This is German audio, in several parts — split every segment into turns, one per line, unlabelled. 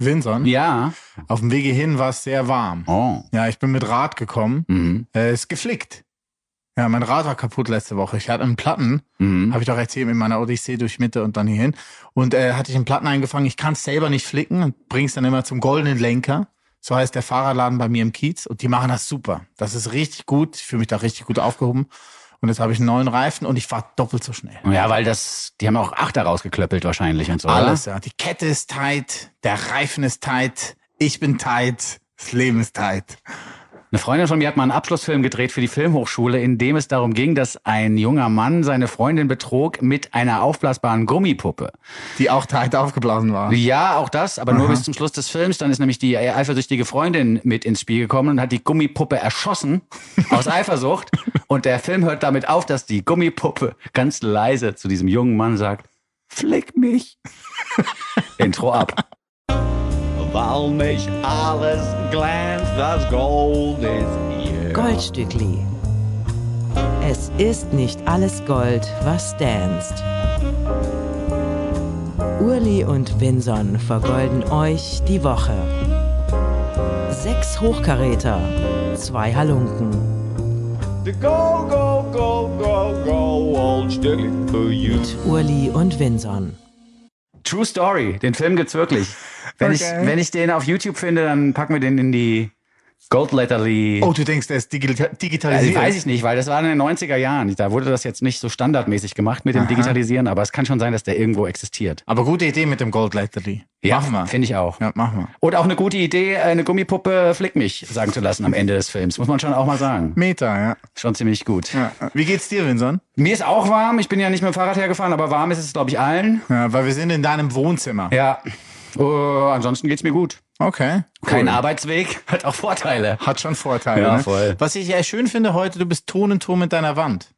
Windsor.
Ja.
Auf dem Wege hin war es sehr warm.
Oh.
Ja, ich bin mit Rad gekommen.
Mhm.
Äh, ist geflickt. Ja, mein Rad war kaputt letzte Woche. Ich hatte einen Platten,
Mhm.
habe ich doch erzählt, in meiner Odyssee durch Mitte und dann hierhin. Und äh, hatte ich einen Platten eingefangen. Ich kann es selber nicht flicken und bring's dann immer zum goldenen Lenker. So heißt der Fahrradladen bei mir im Kiez. Und die machen das super. Das ist richtig gut. Ich fühle mich da richtig gut aufgehoben. Und jetzt habe ich einen neuen Reifen und ich fahre doppelt so schnell.
Ja, weil das, die haben auch Achter rausgeklöppelt wahrscheinlich und so.
Alles, ja. Die Kette ist tight, der Reifen ist tight, ich bin tight, das Leben ist tight.
Oder? Eine Freundin von mir hat mal einen Abschlussfilm gedreht für die Filmhochschule, in dem es darum ging, dass ein junger Mann seine Freundin betrog mit einer aufblasbaren Gummipuppe.
Die auch tight aufgeblasen war.
Ja, auch das, aber nur bis zum Schluss des Films. Dann ist nämlich die äh, eifersüchtige Freundin mit ins Spiel gekommen und hat die Gummipuppe erschossen aus Eifersucht. Und der Film hört damit auf, dass die Gummipuppe ganz leise zu diesem jungen Mann sagt, flick mich. Intro ab.
Weil mich alles glänzt, das Gold ist hier.
Goldstückli. Es ist nicht alles Gold, was danst. Urli und Vinson vergolden euch die Woche. Sechs Hochkaräter, zwei Halunken
The go, go, go, go, go, old Stückli for you.
mit Urli und Vinson.
True Story, den Film gibt's wirklich. Wenn,
Okay.
ich, wenn ich den auf YouTube finde, dann packen wir den in die Gold Letterly.
Oh, du denkst, der ist digita
Also,
digitalisiert.
weiß ich nicht, weil das war in den 90er Jahren. Da wurde das jetzt nicht so standardmäßig gemacht mit dem Digitalisieren, aber es kann schon sein, dass der irgendwo existiert.
Aber gute Idee mit dem Gold Latterly. machen wir.
Finde ich auch.
Ja, machen wir.
Und auch eine gute Idee, eine Gummipuppe äh, flick mich sagen zu lassen am Ende des Films. Muss man schon auch mal sagen.
Meta, ja.
Schon ziemlich gut.
ja. Wie geht's dir, Vinson?
Mir ist auch warm. Ich bin ja nicht mit dem Fahrrad hergefahren, aber warm ist es, glaube ich, allen.
Ja, weil wir sind in deinem Wohnzimmer.
Ja. Äh, ansonsten geht's mir gut.
Okay.
Kein Arbeitsweg hat auch Vorteile.
Hat schon Vorteile.
Ja,
ne?
voll.
Was ich ja schön finde heute, du bist Ton in Ton mit deiner Wand.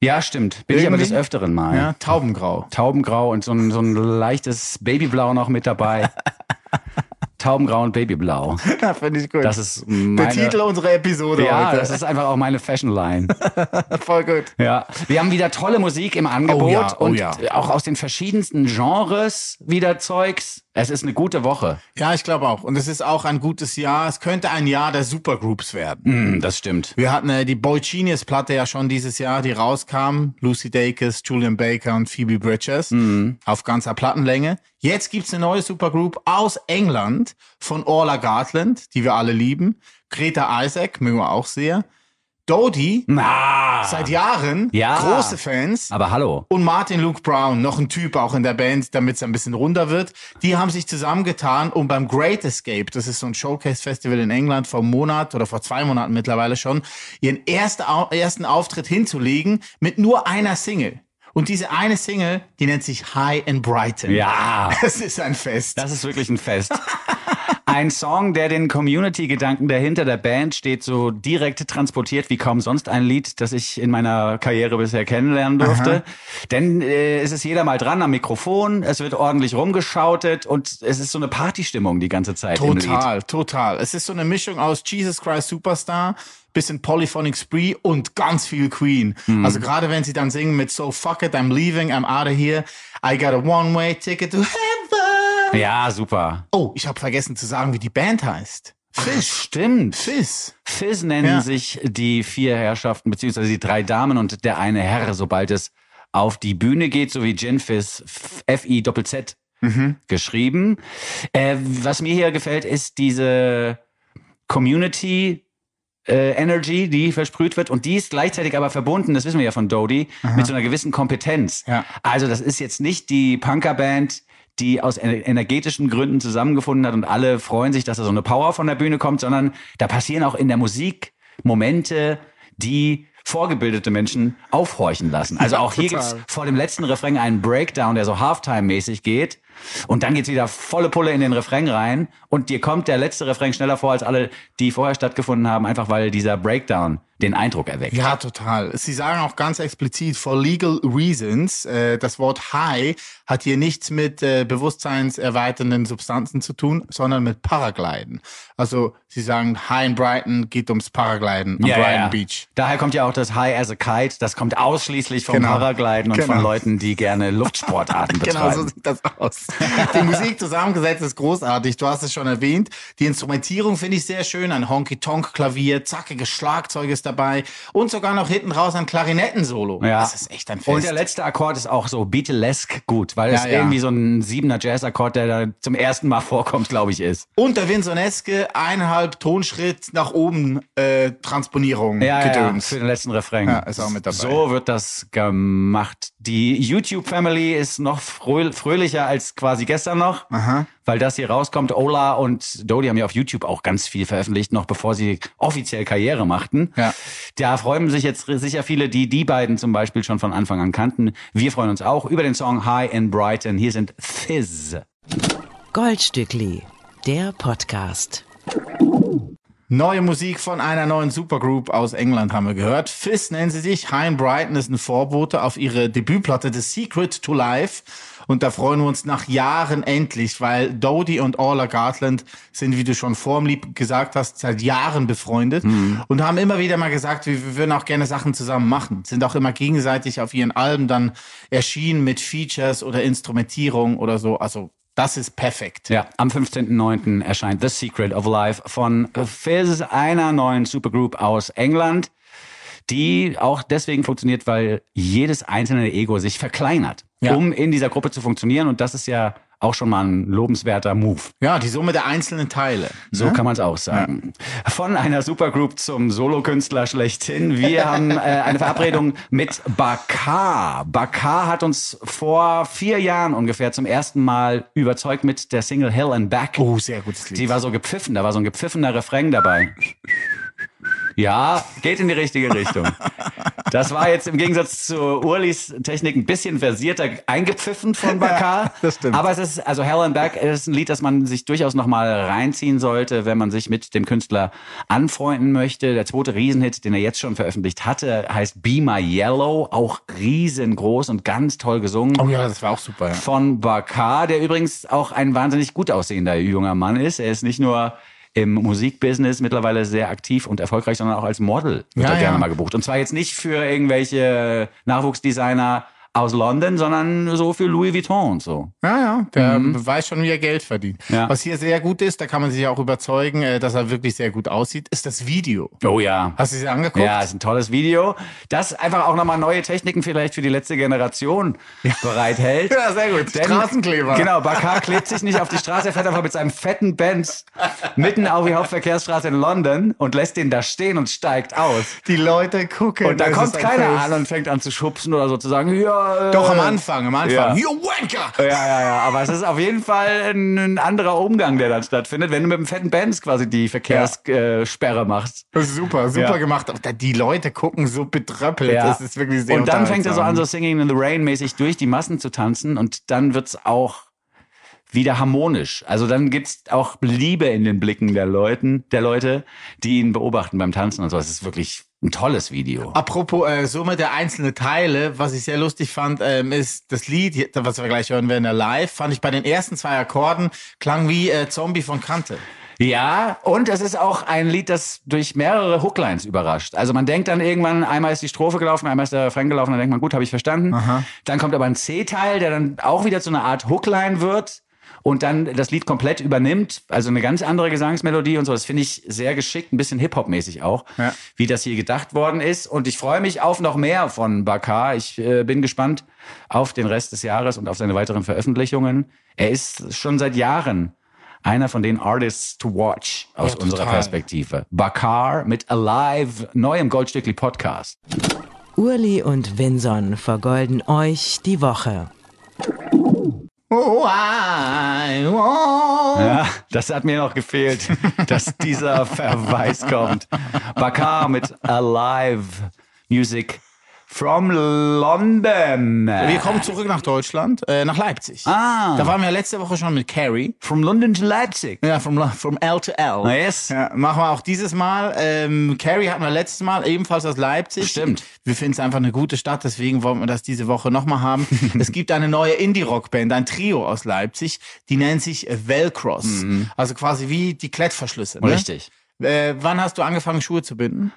Ja, stimmt. Bin ich aber
Irgendwie?
des Öfteren mal.
Ja, taubengrau.
Taubengrau und so ein, so ein leichtes Babyblau noch mit dabei. Taubengrau und Babyblau.
Ja, finde ich gut.
Das ist meine,
der Titel unserer Episode
Ja,
heute.
das ist einfach auch meine Fashionline.
voll gut.
Ja, wir haben wieder tolle Musik im Angebot
Oh ja, oh
und
ja.
auch aus den verschiedensten Genres wieder Zeugs. Es ist eine gute Woche.
Ja, ich glaube auch. Und es ist auch ein gutes Jahr. Es könnte ein Jahr der Supergroups werden.
Hm, das stimmt.
Wir hatten äh, die Boy Genius Platte ja schon dieses Jahr, die rauskam. Lucy Dacus, Julian Baker und Phoebe Bridges auf ganzer Plattenlänge. Jetzt gibt's eine neue Supergroup aus England von Orla Gartland, die wir alle lieben. Greta Isaac, mögen wir auch sehr. Dodie,
Na,
seit Jahren,
Ja.
große Fans.
aber hallo.
und Martin Luke Brown, noch ein Typ auch in der Band, damit es ein bisschen runder wird. Die haben sich zusammengetan, um beim Great Escape, das ist so ein Showcase-Festival in England vor einem Monat oder vor zwei Monaten mittlerweile schon, ihren ersten, Au- ersten Auftritt hinzulegen mit nur einer Single. Und diese eine Single, die nennt sich High in Brighton.
Ja,
Das ist ein Fest.
das ist wirklich ein Fest. Ein Song, der den Community-Gedanken, der hinter der Band steht, so direkt transportiert wie kaum sonst ein Lied, das ich in meiner Karriere bisher kennenlernen durfte. Denn äh, es ist jeder mal dran am Mikrofon, es wird ordentlich rumgeschautet und es ist so eine Partystimmung die ganze Zeit im Lied.
Total, total. Es ist so eine Mischung aus Jesus Christ Superstar, bisschen Polyphonic Spree und ganz viel Queen. Also gerade wenn sie dann singen mit So fuck it, I'm leaving, I'm out of here, I got a one-way ticket to heaven.
Ja, super.
Oh, ich habe vergessen zu sagen, wie die Band heißt. Fish.
Stimmt.
Fizz.
Fizz nennen
Ja.
sich die vier Herrschaften, beziehungsweise die drei Damen und der eine Herr, sobald es auf die Bühne geht, so wie Gin Fizz, F-I-Z-Z
Mhm.
geschrieben. Äh, was mir hier gefällt, ist diese Community. Äh, Energy, die versprüht wird und die ist gleichzeitig aber verbunden, das wissen wir ja von Dodie, mit so einer gewissen Kompetenz.
Ja.
Also das ist jetzt nicht die Punkerband, die aus ener- energetischen Gründen zusammengefunden hat und alle freuen sich, dass da so eine Power von der Bühne kommt, sondern da passieren auch in der Musik Momente, die vorgebildete Menschen aufhorchen lassen. Also auch hier gibt's vor dem letzten Refrain einen Breakdown, der so Halftime-mäßig geht. Und dann geht's wieder volle Pulle in den Refrain rein. Und dir kommt der letzte Refrain schneller vor als alle, die vorher stattgefunden haben, einfach weil dieser Breakdown den Eindruck erweckt.
Ja, total. Sie sagen auch ganz explizit, for legal reasons, äh, das Wort high hat hier nichts mit äh, bewusstseinserweiternden Substanzen zu tun, sondern mit Paragliden. Also sie sagen, high in Brighton geht ums Paragliden am Brighton Beach.
Daher kommt ja auch das High as a Kite. Das kommt ausschließlich vom
Genau.
Paragliden und
Genau.
von Leuten, die gerne Luftsportarten betreiben.
Genau so sieht das aus. Die Musik zusammengesetzt ist großartig. Du hast es schon erwähnt. Die Instrumentierung finde ich sehr schön. Ein Honky-Tonk-Klavier, zackiges Schlagzeug ist dabei und sogar noch hinten raus ein Klarinettensolo.
Ja.
Das ist echt ein Fest.
Und der letzte Akkord ist auch so Beatlesque gut, weil es
Ja, ja.
irgendwie so ein siebener Jazz-Akkord, der da zum ersten Mal vorkommt, glaube ich, ist.
und der Vinsoneske eineinhalb Tonschritt nach oben äh, Transponierung gedöns.
für den letzten Refrain.
Ja, ist auch mit dabei.
So wird das gemacht. Die YouTube-Family ist noch fröhl fröhlicher als quasi gestern noch, weil das hier rauskommt. Ola und Dodi haben ja auf YouTube auch ganz viel veröffentlicht, noch bevor sie offiziell Karriere machten.
Ja.
Da freuen sich jetzt sicher viele, die die beiden zum Beispiel schon von Anfang an kannten. Wir freuen uns auch über den Song High in Brighton. Hier sind Fizz.
Goldstückli, der Podcast.
Neue Musik von einer neuen Supergroup aus England haben wir gehört. Fizz nennen sie sich. Hein Brighton ist ein Vorbote auf ihre Debütplatte The Secret to Life. Und da freuen wir uns nach Jahren endlich, weil Dodie und Orla Gartland sind, wie du schon vorm Lieb gesagt hast, seit Jahren befreundet
Hm.
und haben immer wieder mal gesagt, wir, wir würden auch gerne Sachen zusammen machen. Sind auch immer gegenseitig auf ihren Alben dann erschienen mit Features oder Instrumentierung oder so. Also das ist perfekt.
Ja, am 15.09. erscheint The Secret of Life von Fizz, einer neuen Supergroup aus England, die auch deswegen funktioniert, weil jedes einzelne Ego sich verkleinert,
Ja.
um in dieser Gruppe zu funktionieren. Und das ist ja auch schon mal ein lobenswerter Move.
Ja, die Summe der einzelnen Teile.
So kann man es auch sagen. Von einer Supergroup zum Solokünstler schlechthin. Wir haben äh, eine Verabredung mit Bakar. Bakar hat uns vor vier Jahren ungefähr zum ersten Mal überzeugt mit der Single Hell and Back.
Oh, sehr gutes Lied.
Die war so gepfiffen, da war so ein gepfiffener Refrain dabei. Ja, geht in die richtige Richtung. Das war jetzt im Gegensatz zu Urlis Technik ein bisschen versierter eingepfiffen von Bakar.
das stimmt.
Aber es ist, also Hell and Back ist ein Lied, das man sich durchaus nochmal reinziehen sollte, wenn man sich mit dem Künstler anfreunden möchte. Der zweite Riesenhit, den er jetzt schon veröffentlicht hatte, heißt Be My Yellow, auch riesengroß und ganz toll gesungen
Oh ja, das war auch super. Ja.
von Bakar, der übrigens auch ein wahnsinnig gut aussehender junger Mann ist. Er ist nicht nur im Musikbusiness mittlerweile sehr aktiv und erfolgreich, sondern auch als Model wird
Ja,
er gerne
ja.
mal gebucht. Und zwar jetzt nicht für irgendwelche Nachwuchsdesigner aus London, sondern so für Louis Vuitton und so.
Ja, ja, der weiß schon, wie er Geld verdient.
Mhm. Ja.
Was hier sehr gut ist, da kann man sich auch überzeugen, äh, dass er wirklich sehr gut aussieht, ist das Video.
Oh ja.
Hast du es dir angeguckt?
Ja, ist ein tolles Video, das einfach auch nochmal neue Techniken vielleicht für die letzte Generation bereithält.
Ja, sehr gut. Straßenkleber.
Genau, Bakar klebt sich nicht auf die Straße, er fährt einfach mit seinem fetten Benz mitten auf die Hauptverkehrsstraße in London und lässt den da stehen und steigt aus.
Die Leute gucken.
Und da
es
kommt
ist ein
keiner
Fest.
an und fängt an zu schubsen oder so zu sagen, ja. äh,
Doch am Anfang, am Anfang.
Ja.
You wanker!
Ja, ja, ja, aber es ist auf jeden Fall ein, ein anderer Umgang, der dann stattfindet, wenn du mit dem fetten Benz quasi die Verkehrssperre äh, Sperre machst.
Das ist super, super
Ja.
gemacht. Aber da- Die Leute gucken so betröppelt.
Ja.
Das ist wirklich sehr
Und dann fängt er so an,
unterhaltsam.
so Singing in the Rain mäßig durch die Massen zu tanzen und dann wird's auch wieder harmonisch. Also dann gibt's auch Liebe in den Blicken der Leuten, der Leute, die ihn beobachten beim Tanzen und so. Es ist wirklich ein tolles Video.
Apropos äh, Summe der einzelnen Teile, was ich sehr lustig fand, ähm, ist das Lied, hier- was wir gleich hören werden, der live, fand ich bei den ersten zwei Akkorden, klang wie äh, Zombie von Kante.
Ja, und es ist auch ein Lied, das durch mehrere Hooklines überrascht. Also man denkt dann irgendwann, einmal ist die Strophe gelaufen, einmal ist der Refrain gelaufen, dann denkt man, gut, habe ich verstanden. Dann kommt aber ein C-Teil, der dann auch wieder zu einer Art Hookline wird und dann das Lied komplett übernimmt. Also eine ganz andere Gesangsmelodie und so. Das finde ich sehr geschickt, ein bisschen Hip-Hop-mäßig auch,
Ja.
wie das hier gedacht worden ist. Und ich freue mich auf noch mehr von Bakar. Ich äh, bin gespannt auf den Rest des Jahres und auf seine weiteren Veröffentlichungen. Er ist schon seit Jahren einer von den Artists to Watch aus
Ja, total.
unserer Perspektive. Bakar mit Alive, neuem Goldstückli Podcast.
Urli und Vinson vergolden euch die Woche.
Oh, I, oh.
Ja, das hat mir noch gefehlt, dass dieser Verweis kommt. Bakar mit Alive Music from London.
Wir kommen zurück nach Deutschland, äh, nach Leipzig.
Ah.
Da waren wir letzte Woche schon mit Carrie.
From London to Leipzig.
Ja, from, Lo- from L to L.
Yes.
Ja, machen wir auch dieses Mal. Ähm, Carrie hatten wir letztes Mal, ebenfalls aus Leipzig.
Stimmt.
Wir finden es einfach eine gute Stadt, deswegen wollen wir das diese Woche nochmal haben. es gibt eine neue Indie-Rock-Band, ein Trio aus äh, Leipzig, die nennt sich Velcros. Also quasi wie die Klettverschlüsse. Ne?
Richtig.
Äh, wann hast du angefangen, Schuhe zu binden?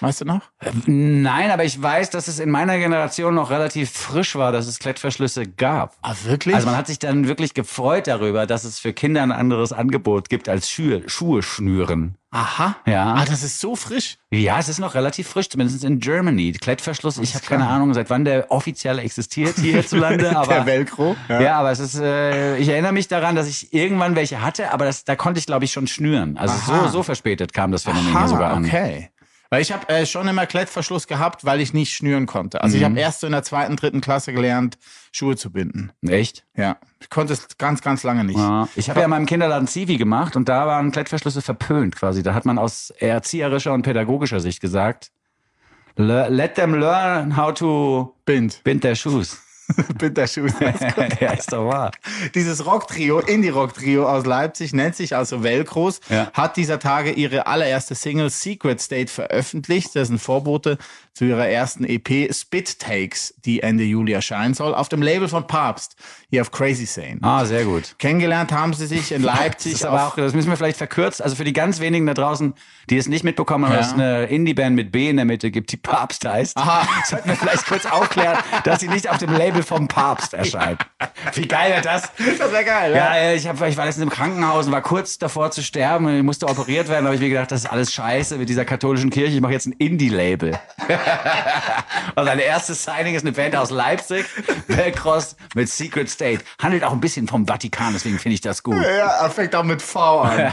Weißt du noch?
Nein, aber ich weiß, dass es in meiner Generation noch relativ frisch war, dass es Klettverschlüsse gab.
Ah, wirklich?
Also man hat sich dann wirklich gefreut darüber, dass es für Kinder ein anderes Angebot gibt als Schuhe, Schuhe schnüren.
Aha.
Ja.
Ah, das ist so frisch.
Ja, es ist noch relativ frisch, zumindest in Germany. Klettverschluss, ich habe keine Ahnung, seit wann der offiziell existiert hierzulande, aber
Der Velcro.
Ja. aber es ist, äh, ich erinnere mich daran, dass ich irgendwann welche hatte, aber das, da konnte ich, glaube ich, schon schnüren. Also
Aha.
so, so verspätet kam das Phänomen
Aha,
hier sogar an.
okay. Weil ich habe äh, schon immer Klettverschluss gehabt, weil ich nicht schnüren konnte. Also ich
Mhm.
habe erst so in der zweiten, dritten Klasse gelernt, Schuhe zu binden.
Echt?
Ja. Ich konnte es ganz, ganz lange nicht.
Ja. Ich habe ja in meinem Kinderladen Zivi gemacht und da waren Klettverschlüsse verpönt quasi. Da hat man aus erzieherischer und pädagogischer Sicht gesagt, "Le- let them learn how to
Bind.
bind their shoes.
Bind der Schuhe.
ja, ist doch wahr.
Dieses Rock-Trio, Indie-Rock-Trio aus Leipzig, nennt sich also Velcros,
Ja.
hat dieser Tage ihre allererste Single Secret State veröffentlicht. Das ist ein Vorbote zu ihrer ersten EP Spit Takes, die Ende Juli erscheinen soll, auf dem Label von Papst, hier auf Crazy Sane.
Ah, sehr gut.
Kennengelernt haben sie sich in Leipzig.
Das, ist aber
auf-
auch, das müssen wir vielleicht verkürzt. Also für die ganz wenigen da draußen, die es nicht mitbekommen haben, dass es eine Indie-Band mit B in der Mitte gibt, die Papst heißt.
Aha.
Sollten wir vielleicht kurz aufklären, dass sie nicht auf dem Label vom Papst erscheint. Wie geil wäre das?
das wäre geil,
Ja, ja, ich, hab, ich war letztens im Krankenhaus und war kurz davor zu sterben. und Ich musste operiert werden. Da habe ich mir gedacht, das ist alles scheiße mit dieser katholischen Kirche. Ich mache jetzt ein Indie-Label. und sein erstes Signing ist eine Band aus Leipzig, Belcross mit Secret State. Handelt auch ein bisschen vom Vatikan, deswegen finde ich das gut.
Ja, er fängt auch mit V an.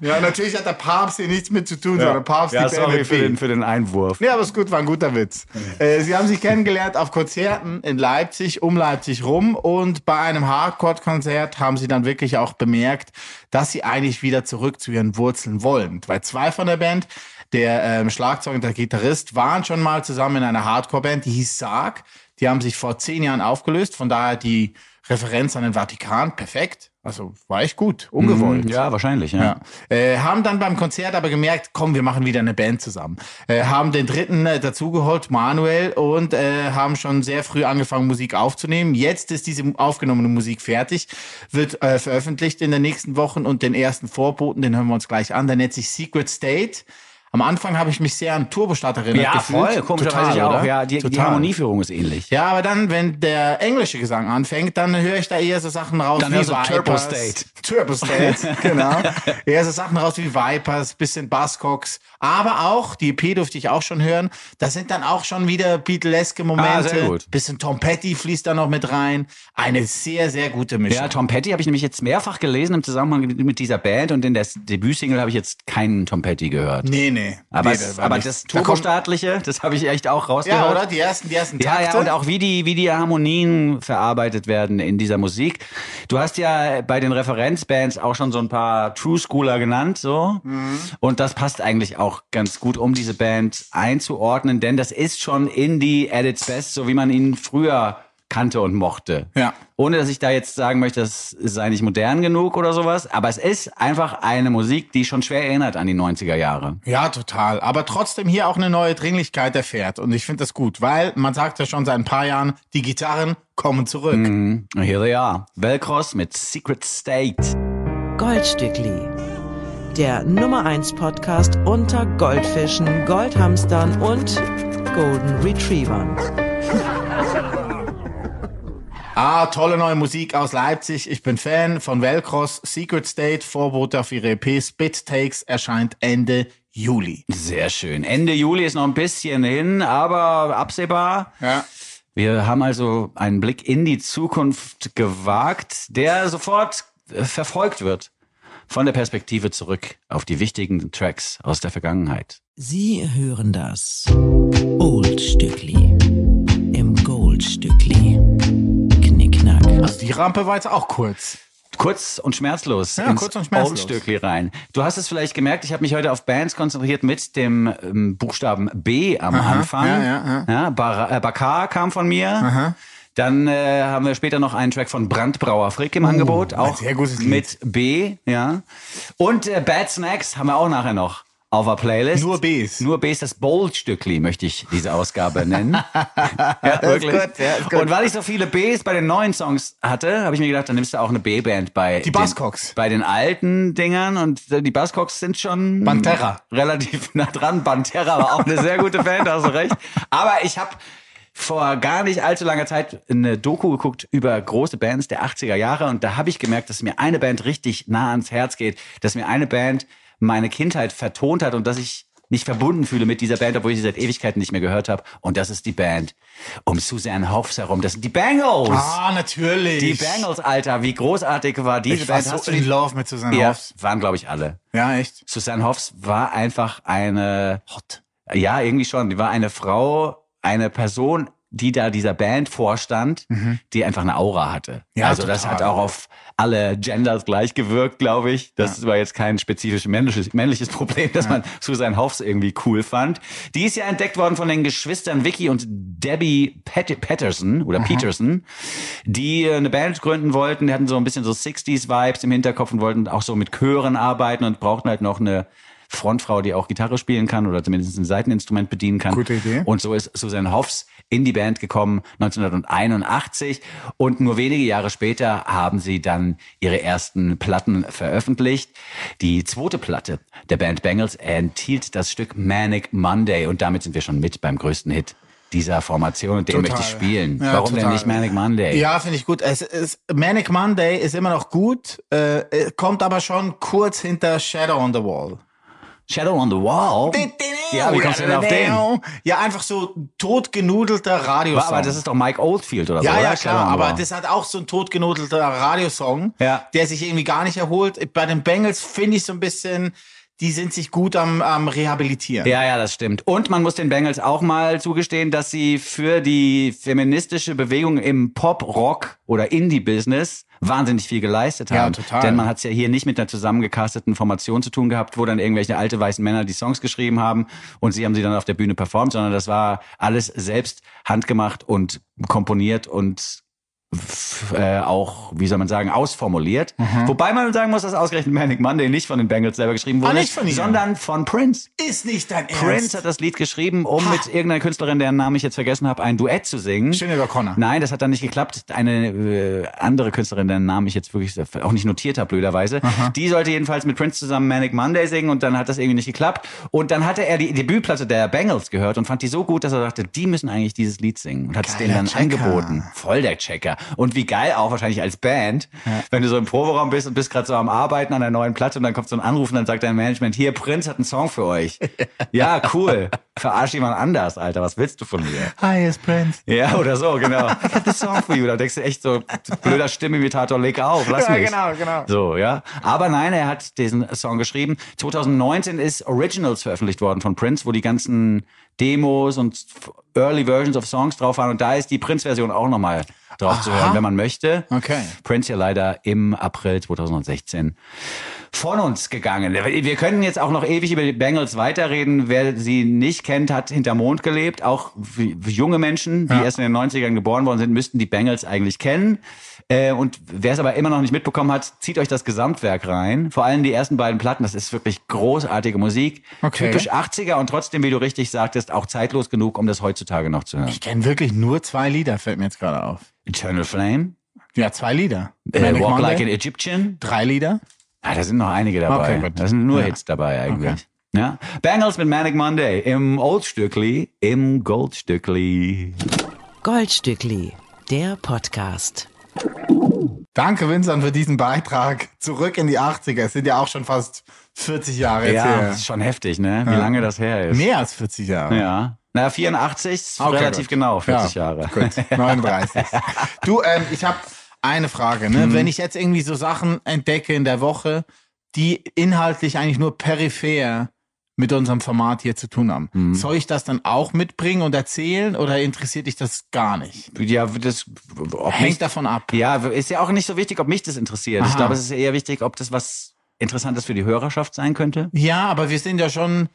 ja, natürlich hat der Papst hier nichts mit zu tun, sondern Papst
ja,
die Band
sorry
mit
für
B.
den, für den Einwurf.
Ja, aber ist gut, war ein guter Witz. Äh, sie haben sich kennengelernt auf Konzerten in Leipzig, um Leipzig rum. Und bei einem Hardcore-Konzert haben sie dann wirklich auch bemerkt, dass sie eigentlich wieder zurück zu ihren Wurzeln wollen. Weil zwei von der Band, der ähm, Schlagzeuger und der Gitarrist, waren schon mal zusammen in einer Hardcore-Band, die hieß Sarg. Die haben sich vor zehn Jahren aufgelöst, von daher die Referenz an den Vatikan, perfekt. Also war ich gut, ungewollt.
Ja, wahrscheinlich, ja.
Mhm. Ja. Äh, haben dann beim Konzert aber gemerkt, komm, wir machen wieder eine Band zusammen. Äh, haben den dritten äh, dazugeholt, Manuel, und äh, haben schon sehr früh angefangen, Musik aufzunehmen. Jetzt ist diese aufgenommene Musik fertig, wird äh, veröffentlicht in den nächsten Wochen und den ersten Vorboten, den hören wir uns gleich an. Der nennt sich Secret State. Am Anfang habe ich mich sehr an Turbostart erinnert.
Ja,
gefühlt.
voll, komischerweise ich
Total,
auch.
oder?
Ja, die, die
Total.
Harmonieführung ist ähnlich.
Ja, aber dann, wenn der englische Gesang anfängt, dann höre ich da eher so Sachen raus
Dann
wie
hörst du
Vipers. Turbo
Turbo State.
State, genau. eher so Sachen raus wie Vipers, bisschen Buzzcocks. Aber auch, die EP durfte ich auch schon hören, da sind dann auch schon wieder Beatleske
Ah,
Momente.
sehr gut.
Bisschen Tom Petty fließt da noch mit rein. Eine sehr, sehr gute Mischung.
Ja, Tom Petty habe ich nämlich jetzt mehrfach gelesen im Zusammenhang mit- mit dieser Band und in der S- Debütsingle habe ich jetzt keinen Tom Petty gehört.
nee, nee.
Aber,
Mhm. nee,
das,
war
aber
nicht-
das
Da kommt-
Turbostaatliche, das habe ich echt auch rausgehört.
Ja, oder? Die ersten, die ersten
Ja,
Takte.
ja, und auch wie die, wie die Harmonien verarbeitet werden in dieser Musik. Du hast ja bei den Referenzbands auch schon so ein paar True Schooler genannt, so. Und das passt eigentlich auch ganz gut, um diese Band einzuordnen, denn das ist schon Indie at its best, so wie man ihn früher kannte und mochte.
Ja.
Ohne dass ich da jetzt sagen möchte, das sei nicht modern genug oder sowas, aber es ist einfach eine Musik, die schon schwer erinnert an die 90er Jahre.
Ja, total. Aber trotzdem hier auch eine neue Dringlichkeit erfährt. Und ich finde das gut, weil man sagt ja schon seit ein paar Jahren, die Gitarren kommen zurück.
Mhm. Here they are. Velcros mit Secret State.
Goldstückli. Der Nummer 1 Podcast unter Goldfischen, Goldhamstern und Golden Retrievern.
Ah, tolle neue Musik aus Leipzig. Ich bin Fan von Velcros Secret State, Vorbote auf ihre EP Spit Takes, erscheint Ende Juli.
Sehr schön. Ende Juli ist noch ein bisschen hin, aber absehbar.
Ja.
Wir haben also einen Blick in die Zukunft gewagt, der sofort äh, verfolgt wird von der Perspektive zurück auf die wichtigen Tracks aus der Vergangenheit.
Sie hören das Oldstückli im Goldstückli. Knickknack.
Also die Rampe war jetzt auch kurz.
Kurz und schmerzlos
Ja,
ins
kurz und schmerzlos.
Oldstückli rein. Du hast es vielleicht gemerkt, ich habe mich heute auf Bands konzentriert mit dem ähm, Buchstaben B am Anfang.
ja, ja,
Ja, Bar äh, Bakar kam von mir. Dann äh, haben wir später noch einen Track von Brandbrauer Frick im Angebot, auch
sehr Oh, gutes Lied.
mit B, ja. Und äh, Bad Snacks haben wir auch nachher noch. auf der Playlist.
Nur Bs.
Nur Bs, das Bold-Stückli möchte ich diese Ausgabe nennen. ja, wirklich.
gut, ja, ist gut.
Und weil ich so viele Bs bei den neuen Songs hatte, habe ich mir gedacht, dann nimmst du auch eine B-Band bei.
Die Buzzcocks.
Den, bei den alten Dingern und die Buzzcocks sind schon.
Pantera.
Relativ nah dran. Banterra war auch eine sehr gute Band, da hast du recht. Aber ich habe vor gar nicht allzu langer Zeit eine Doku geguckt über große Bands der 80er Jahre und da habe ich gemerkt, dass mir eine Band richtig nah ans Herz geht, dass mir eine Band meine Kindheit vertont hat und dass ich mich verbunden fühle mit dieser Band, obwohl ich sie seit Ewigkeiten nicht mehr gehört habe. Und das ist die Band um Suzanne Hoffs herum. Das sind die Bangles.
Ah, natürlich.
die Bangles, Alter. Wie großartig war diese
Ich war
Band?
so
Hast du
in
die-
love mit Susanne
ja,
Hoffs.
waren, glaube ich, alle.
Ja, echt.
Susanne Hoffs war einfach eine Hot. Ja, irgendwie schon. Die war eine Frau, eine Person, die da dieser Band vorstand, die einfach eine Aura hatte.
Mhm. Ja,
also das
total.
hat auch auf alle Genders gleich gewirkt, glaube ich. Das war jetzt kein spezifisch männliches, männliches Problem, dass man Susanne Hoffs irgendwie cool fand. Die ist ja entdeckt worden von den Geschwistern Vicky und Debbie Pat Patterson oder Peterson, die äh, eine Band gründen wollten. Die hatten so ein bisschen so 60s-Vibes im Hinterkopf und wollten auch so mit Chören arbeiten und brauchten halt noch eine Frontfrau, die auch Gitarre spielen kann oder zumindest ein Seiteninstrument bedienen kann.
Gute Idee.
Und so ist Susanne Hoffs in die Band gekommen 1981 und nur wenige Jahre später haben sie dann ihre ersten Platten veröffentlicht. Die zweite Platte der Band Bangles enthielt das Stück Manic Monday und damit sind wir schon mit beim größten Hit dieser Formation und den
Total.
möchte ich spielen.
Ja,
Warum denn
total.
nicht Manic Monday?
Ja, finde ich gut. Es ist, Manic Monday ist immer noch gut, äh, äh, kommt aber schon kurz hinter Shadow on the Wall.
Shadow on the Wall. Ja, wie kommst du denn auf den?
Ja, einfach so totgenudelter Radiosong.
Aber das ist doch Mike Oldfield oder so.
ja,
oder?
ja,
Shadow on
klar,
the
aber
Wall.
das hat auch so ein totgenudelter Radiosong,
Ja.
der sich irgendwie gar nicht erholt. Bei den Bengals finde ich so ein bisschen, die sind sich gut am, am Rehabilitieren.
Ja, ja, das stimmt. Und man muss den Bengals auch mal zugestehen, dass sie für die feministische Bewegung im Pop, Rock oder Indie-Business wahnsinnig viel geleistet haben.
Ja, total.
Denn man hat es ja hier nicht mit einer zusammengecasteten Formation zu tun gehabt, wo dann irgendwelche alte weißen Männer die Songs geschrieben haben und sie haben sie dann auf der Bühne performt, sondern das war alles selbst handgemacht und komponiert und f- äh, auch, wie soll man sagen, ausformuliert.
Mhm.
Wobei man sagen muss, dass ausgerechnet Manic Monday nicht von den Bengals selber geschrieben wurde,
Ah, nicht von ihnen.
sondern von Prince.
Ist nicht dein Ernst.
Prince hat das Lied geschrieben, um mit irgendeiner Künstlerin, deren Namen ich jetzt vergessen habe, ein Duett zu singen.
Sinead O'Connor.
Nein, das hat dann nicht geklappt. Eine äh, andere Künstlerin, deren Namen ich jetzt wirklich auch nicht notiert habe, blöderweise. Die sollte jedenfalls mit Prince zusammen Manic Monday singen und dann hat das irgendwie nicht geklappt. Und dann hatte er die Debütplatte der Bengals gehört und fand die so gut, dass er dachte, die müssen eigentlich dieses Lied singen. Und hat es denen
Geiler
dann
Checker.
angeboten. Voll der Checker. Und wie geil auch wahrscheinlich als Band, wenn du so im Proberaum bist und bist gerade so am Arbeiten an der neuen Platte und dann kommt so ein Anruf und dann sagt dein Management, hier, Prinz hat einen Song für euch. ja, cool. Verarsch jemand anders, Alter. Was willst du von mir?
Hi, es ist Prince.
Ja, oder so, genau. I got this song for you. Da denkst du echt so, blöder Stimmenimitator, leg auf, lass mich.
genau, genau.
So, ja. Aber nein, er hat diesen Song geschrieben. 2019 ist Originals veröffentlicht worden von Prince, wo die ganzen Demos und Early Versions of Songs drauf waren. Und da ist die Prince-Version auch nochmal drauf zu hören, wenn man möchte.
Okay.
Prince ja leider im April 2016 von uns gegangen. Wir können jetzt auch noch ewig über die Bengals weiterreden. Wer sie nicht kennt, hat hinter Mond gelebt. Auch w- junge Menschen, die erst in den 90ern geboren worden sind, müssten die Bengals eigentlich kennen. Äh, Und wer es aber immer noch nicht mitbekommen hat, zieht euch das Gesamtwerk rein. Vor allem die ersten beiden Platten, das ist wirklich großartige Musik.
Okay.
Typisch 80er und trotzdem, wie du richtig sagtest, auch zeitlos genug, um das heutzutage noch zu hören.
Ich kenne wirklich nur zwei Lieder, fällt mir jetzt gerade auf.
Eternal Flame,
Ja, zwei Lieder.
äh,
Manic
Walk
Monday,
Like an Egyptian.
drei Lieder.
Ah, da sind noch einige dabei.
Okay, gut.
da sind nur
Ja.
Hits dabei eigentlich. Ja. Bangles mit Manic Monday im Oldstückli, im Goldstückli.
Goldstückli, der Podcast.
Danke, Vincent, für diesen Beitrag. Zurück in die 80er. Es sind ja auch schon fast 40 Jahre jetzt
Ja,
her.
ist schon heftig, ne? Wie lange das her ist.
Mehr als 40 Jahre.
Ja. Na, 84 ist
Okay,
relativ
gut.
genau, 40
Ja,
Jahre.
Gut, 39. du, ähm, ich habe eine Frage.
Mhm.
Ne? Wenn ich jetzt irgendwie so Sachen entdecke in der Woche, die inhaltlich eigentlich nur peripher mit unserem Format hier zu tun haben,
Mhm.
soll ich das dann auch mitbringen und erzählen oder interessiert dich das gar nicht?
Ja, das ob mich,
Hängt davon ab.
Ja, ist ja auch nicht so wichtig, ob mich das interessiert. Ich glaube, es ist eher wichtig, ob das was Interessantes für die Hörerschaft sein könnte.
Ja, aber wir sind ja schon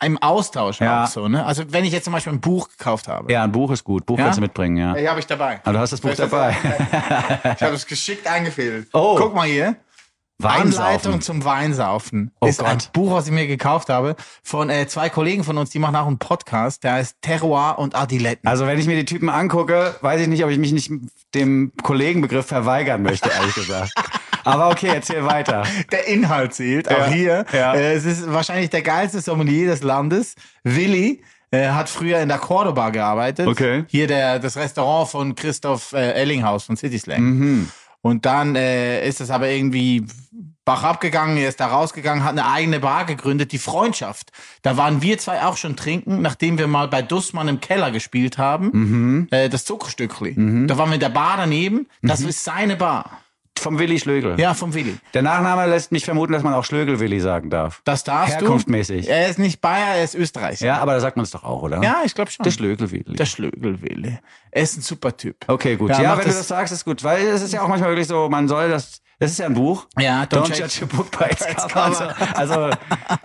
im Austausch
Ja.
auch so. Ne? Also wenn ich jetzt zum Beispiel ein Buch gekauft habe,
Ja, ein Buch ist gut. Buch
Ja?
kannst du mitbringen, ja.
ja. habe ich dabei.
Aber du hast das Buch
Ich hab das
dabei.
Ich habe es geschickt eingefädelt.
Oh.
Guck mal hier. Anleitung
Weinsaufen.
zum Weinsaufen
Oh
ist ein
Gott.
Buch, was ich mir gekauft habe von äh, zwei Kollegen von uns, die machen auch einen Podcast, der heißt Terroir und Adiletten.
Also wenn ich mir die Typen angucke, weiß ich nicht, ob ich mich nicht dem Kollegenbegriff verweigern möchte, ehrlich gesagt. Aber okay, erzähl weiter.
Der Inhalt zählt, auch
Ja,
hier.
ja.
Äh, es ist wahrscheinlich der geilste Sommelier des Landes. Willi äh, hat früher in der Cordoba gearbeitet.
Okay.
Hier der, das Restaurant von Christoph äh, Ellinghaus von City Slang.
Mhm.
Und dann äh, ist es aber irgendwie Bach abgegangen, er ist da rausgegangen, hat eine eigene Bar gegründet, die Freundschaft. Da waren wir zwei auch schon trinken, nachdem wir mal bei Dussmann im Keller gespielt haben,
Mhm.
äh, das Zuckerstückli. Da waren wir in der Bar daneben, das ist seine Bar.
Mhm. Vom Willi Schlögel.
Ja, vom Willi.
Der Nachname lässt mich vermuten, dass man auch Schlögel-Willi sagen darf.
Das darfst
Herkunftmäßig.
du. Er ist nicht Bayer, er ist Österreicher.
Ja, aber da sagt man es doch auch, oder?
Ja, ich glaube schon.
Der Schlögel-Willi.
Der Schlögelwille. Er ist ein super Typ.
Okay, gut. Ja,
mach
wenn
das-
du das sagst, ist gut. Weil es ist ja auch manchmal wirklich so, man soll das. Das ist ja ein Buch.
Ja,
don't,
don't
judge
judge
a book by its
its
cover. Also, also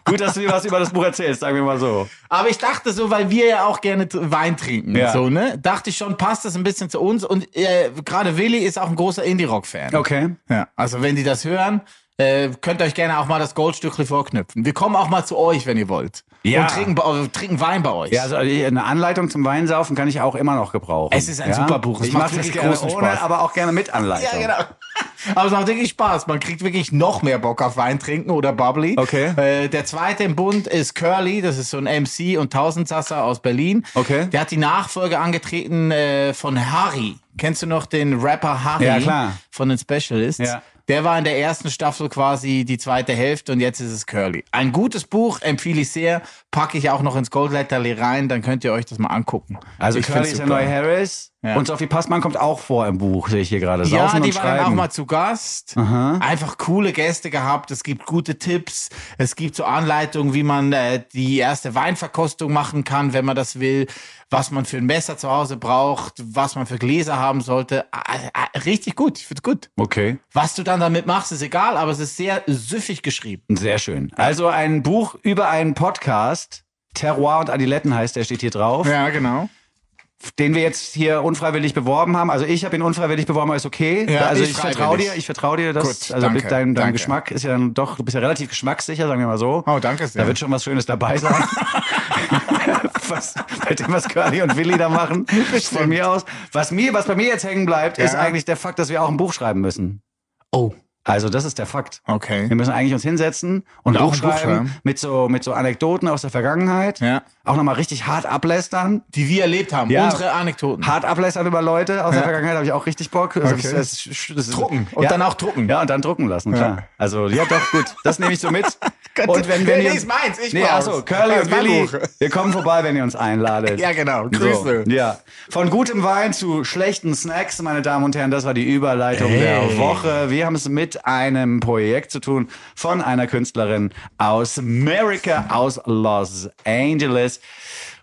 gut, dass du mir was über das Buch erzählst, sagen wir mal so.
Aber ich dachte so, weil wir ja auch gerne t- Wein trinken,
Ja.
so ne, dachte ich schon, passt das ein bisschen zu uns. Und äh, gerade Willi ist auch ein großer Indie-Rock-Fan.
Okay.
Ja. Also wenn die das hören, äh, könnt ihr euch gerne auch mal das Goldstückchen vorknüpfen. Wir kommen auch mal zu euch, wenn ihr wollt.
Ja.
Und trinken, bei, eu- trinken Wein bei euch.
Ja, also eine Anleitung zum Weinsaufen kann ich auch immer noch gebrauchen.
Es ist ein
ja?
super Buch. Es
Ich
macht
mache das
wirklich
gerne
großen
ohne,
Spaß.
aber auch gerne mit Anleitung.
Ja, genau. Aber es macht wirklich Spaß. Man kriegt wirklich noch mehr Bock auf Wein trinken oder Bubbly.
Okay.
Äh, der zweite im Bund ist Curly. Das ist so ein MC und Tausendsasser aus Berlin.
Okay.
Der hat die Nachfolge angetreten äh, von Harry. Kennst du noch den Rapper Harry?
Ja, klar.
Von den Specialists.
Ja.
Der war in der ersten Staffel quasi die zweite Hälfte und jetzt ist es Curly. Ein gutes Buch, empfehle ich sehr. Packe ich auch noch ins Gold Letterly rein, dann könnt ihr euch das mal angucken.
Also
Ich
Curly
find's
ist der
super.
neue Harris
Ja.
und Sophie Passmann kommt auch vor im Buch, sehe ich hier gerade.
Ja,
Saufen
die
und
waren dann
schreiben.
auch mal zu Gast. Einfach coole Gäste gehabt. Es gibt gute Tipps. Es gibt so Anleitungen, wie man äh, die erste Weinverkostung machen kann, wenn man das will. Was man für ein Messer zu Hause braucht, was man für Gläser haben sollte. Ah, ah, richtig gut. Ich find's gut.
okay.
Was du dann damit machst, ist egal, aber es ist sehr süffig geschrieben.
Sehr schön. Also ein Buch über einen Podcast. Terroir und Adiletten heißt der, steht hier drauf.
Ja, genau.
Den wir jetzt hier unfreiwillig beworben haben. Also ich habe ihn unfreiwillig beworben, aber ist okay.
Ja,
also ich,
ich
vertraue
freiwillig.
dir, ich vertraue dir, dass
Gut,
also
danke,
mit deinem, deinem
danke.
Geschmack ist ja dann doch, du bist ja relativ geschmackssicher, sagen wir mal so.
Oh, danke sehr.
Da wird schon was Schönes dabei sein. was, bei dem, was Curly und Willi da machen, von mir aus. Was mir, was bei mir jetzt hängen bleibt, ist
Ja.
eigentlich der Fakt, dass wir auch ein Buch schreiben müssen.
Oh,
Also das ist der Fakt.
okay.
Wir müssen eigentlich uns hinsetzen und,
Und
ein
auch
Buch
ein Buch
schreiben
schreiben.
mit so, mit so Anekdoten aus der Vergangenheit.
Ja.
Auch nochmal richtig hart ablästern.
Die wir erlebt haben.
Ja.
Unsere Anekdoten.
Hart ablästern über Leute aus der
Ja.
Vergangenheit habe ich auch richtig Bock. Also
Okay.
das, das, das,
Drucken. Und dann auch drucken.
Ja, und dann drucken lassen, klar. Also, ja, doch, gut. Das nehme ich so mit. und wenn, wenn
Nee,
ihr
ist meins, ich
nee,
brauch's.
achso, Curly
Das
und
ist mein
Willi,
Buch.
wir kommen vorbei, wenn ihr uns einladet.
Ja, genau. Grüße.
So, ja. Von gutem Wein zu schlechten Snacks, meine Damen und Herren, das war die Überleitung der Woche. Wir haben es mit einem Projekt zu tun von einer Künstlerin aus Amerika, aus Los Angeles.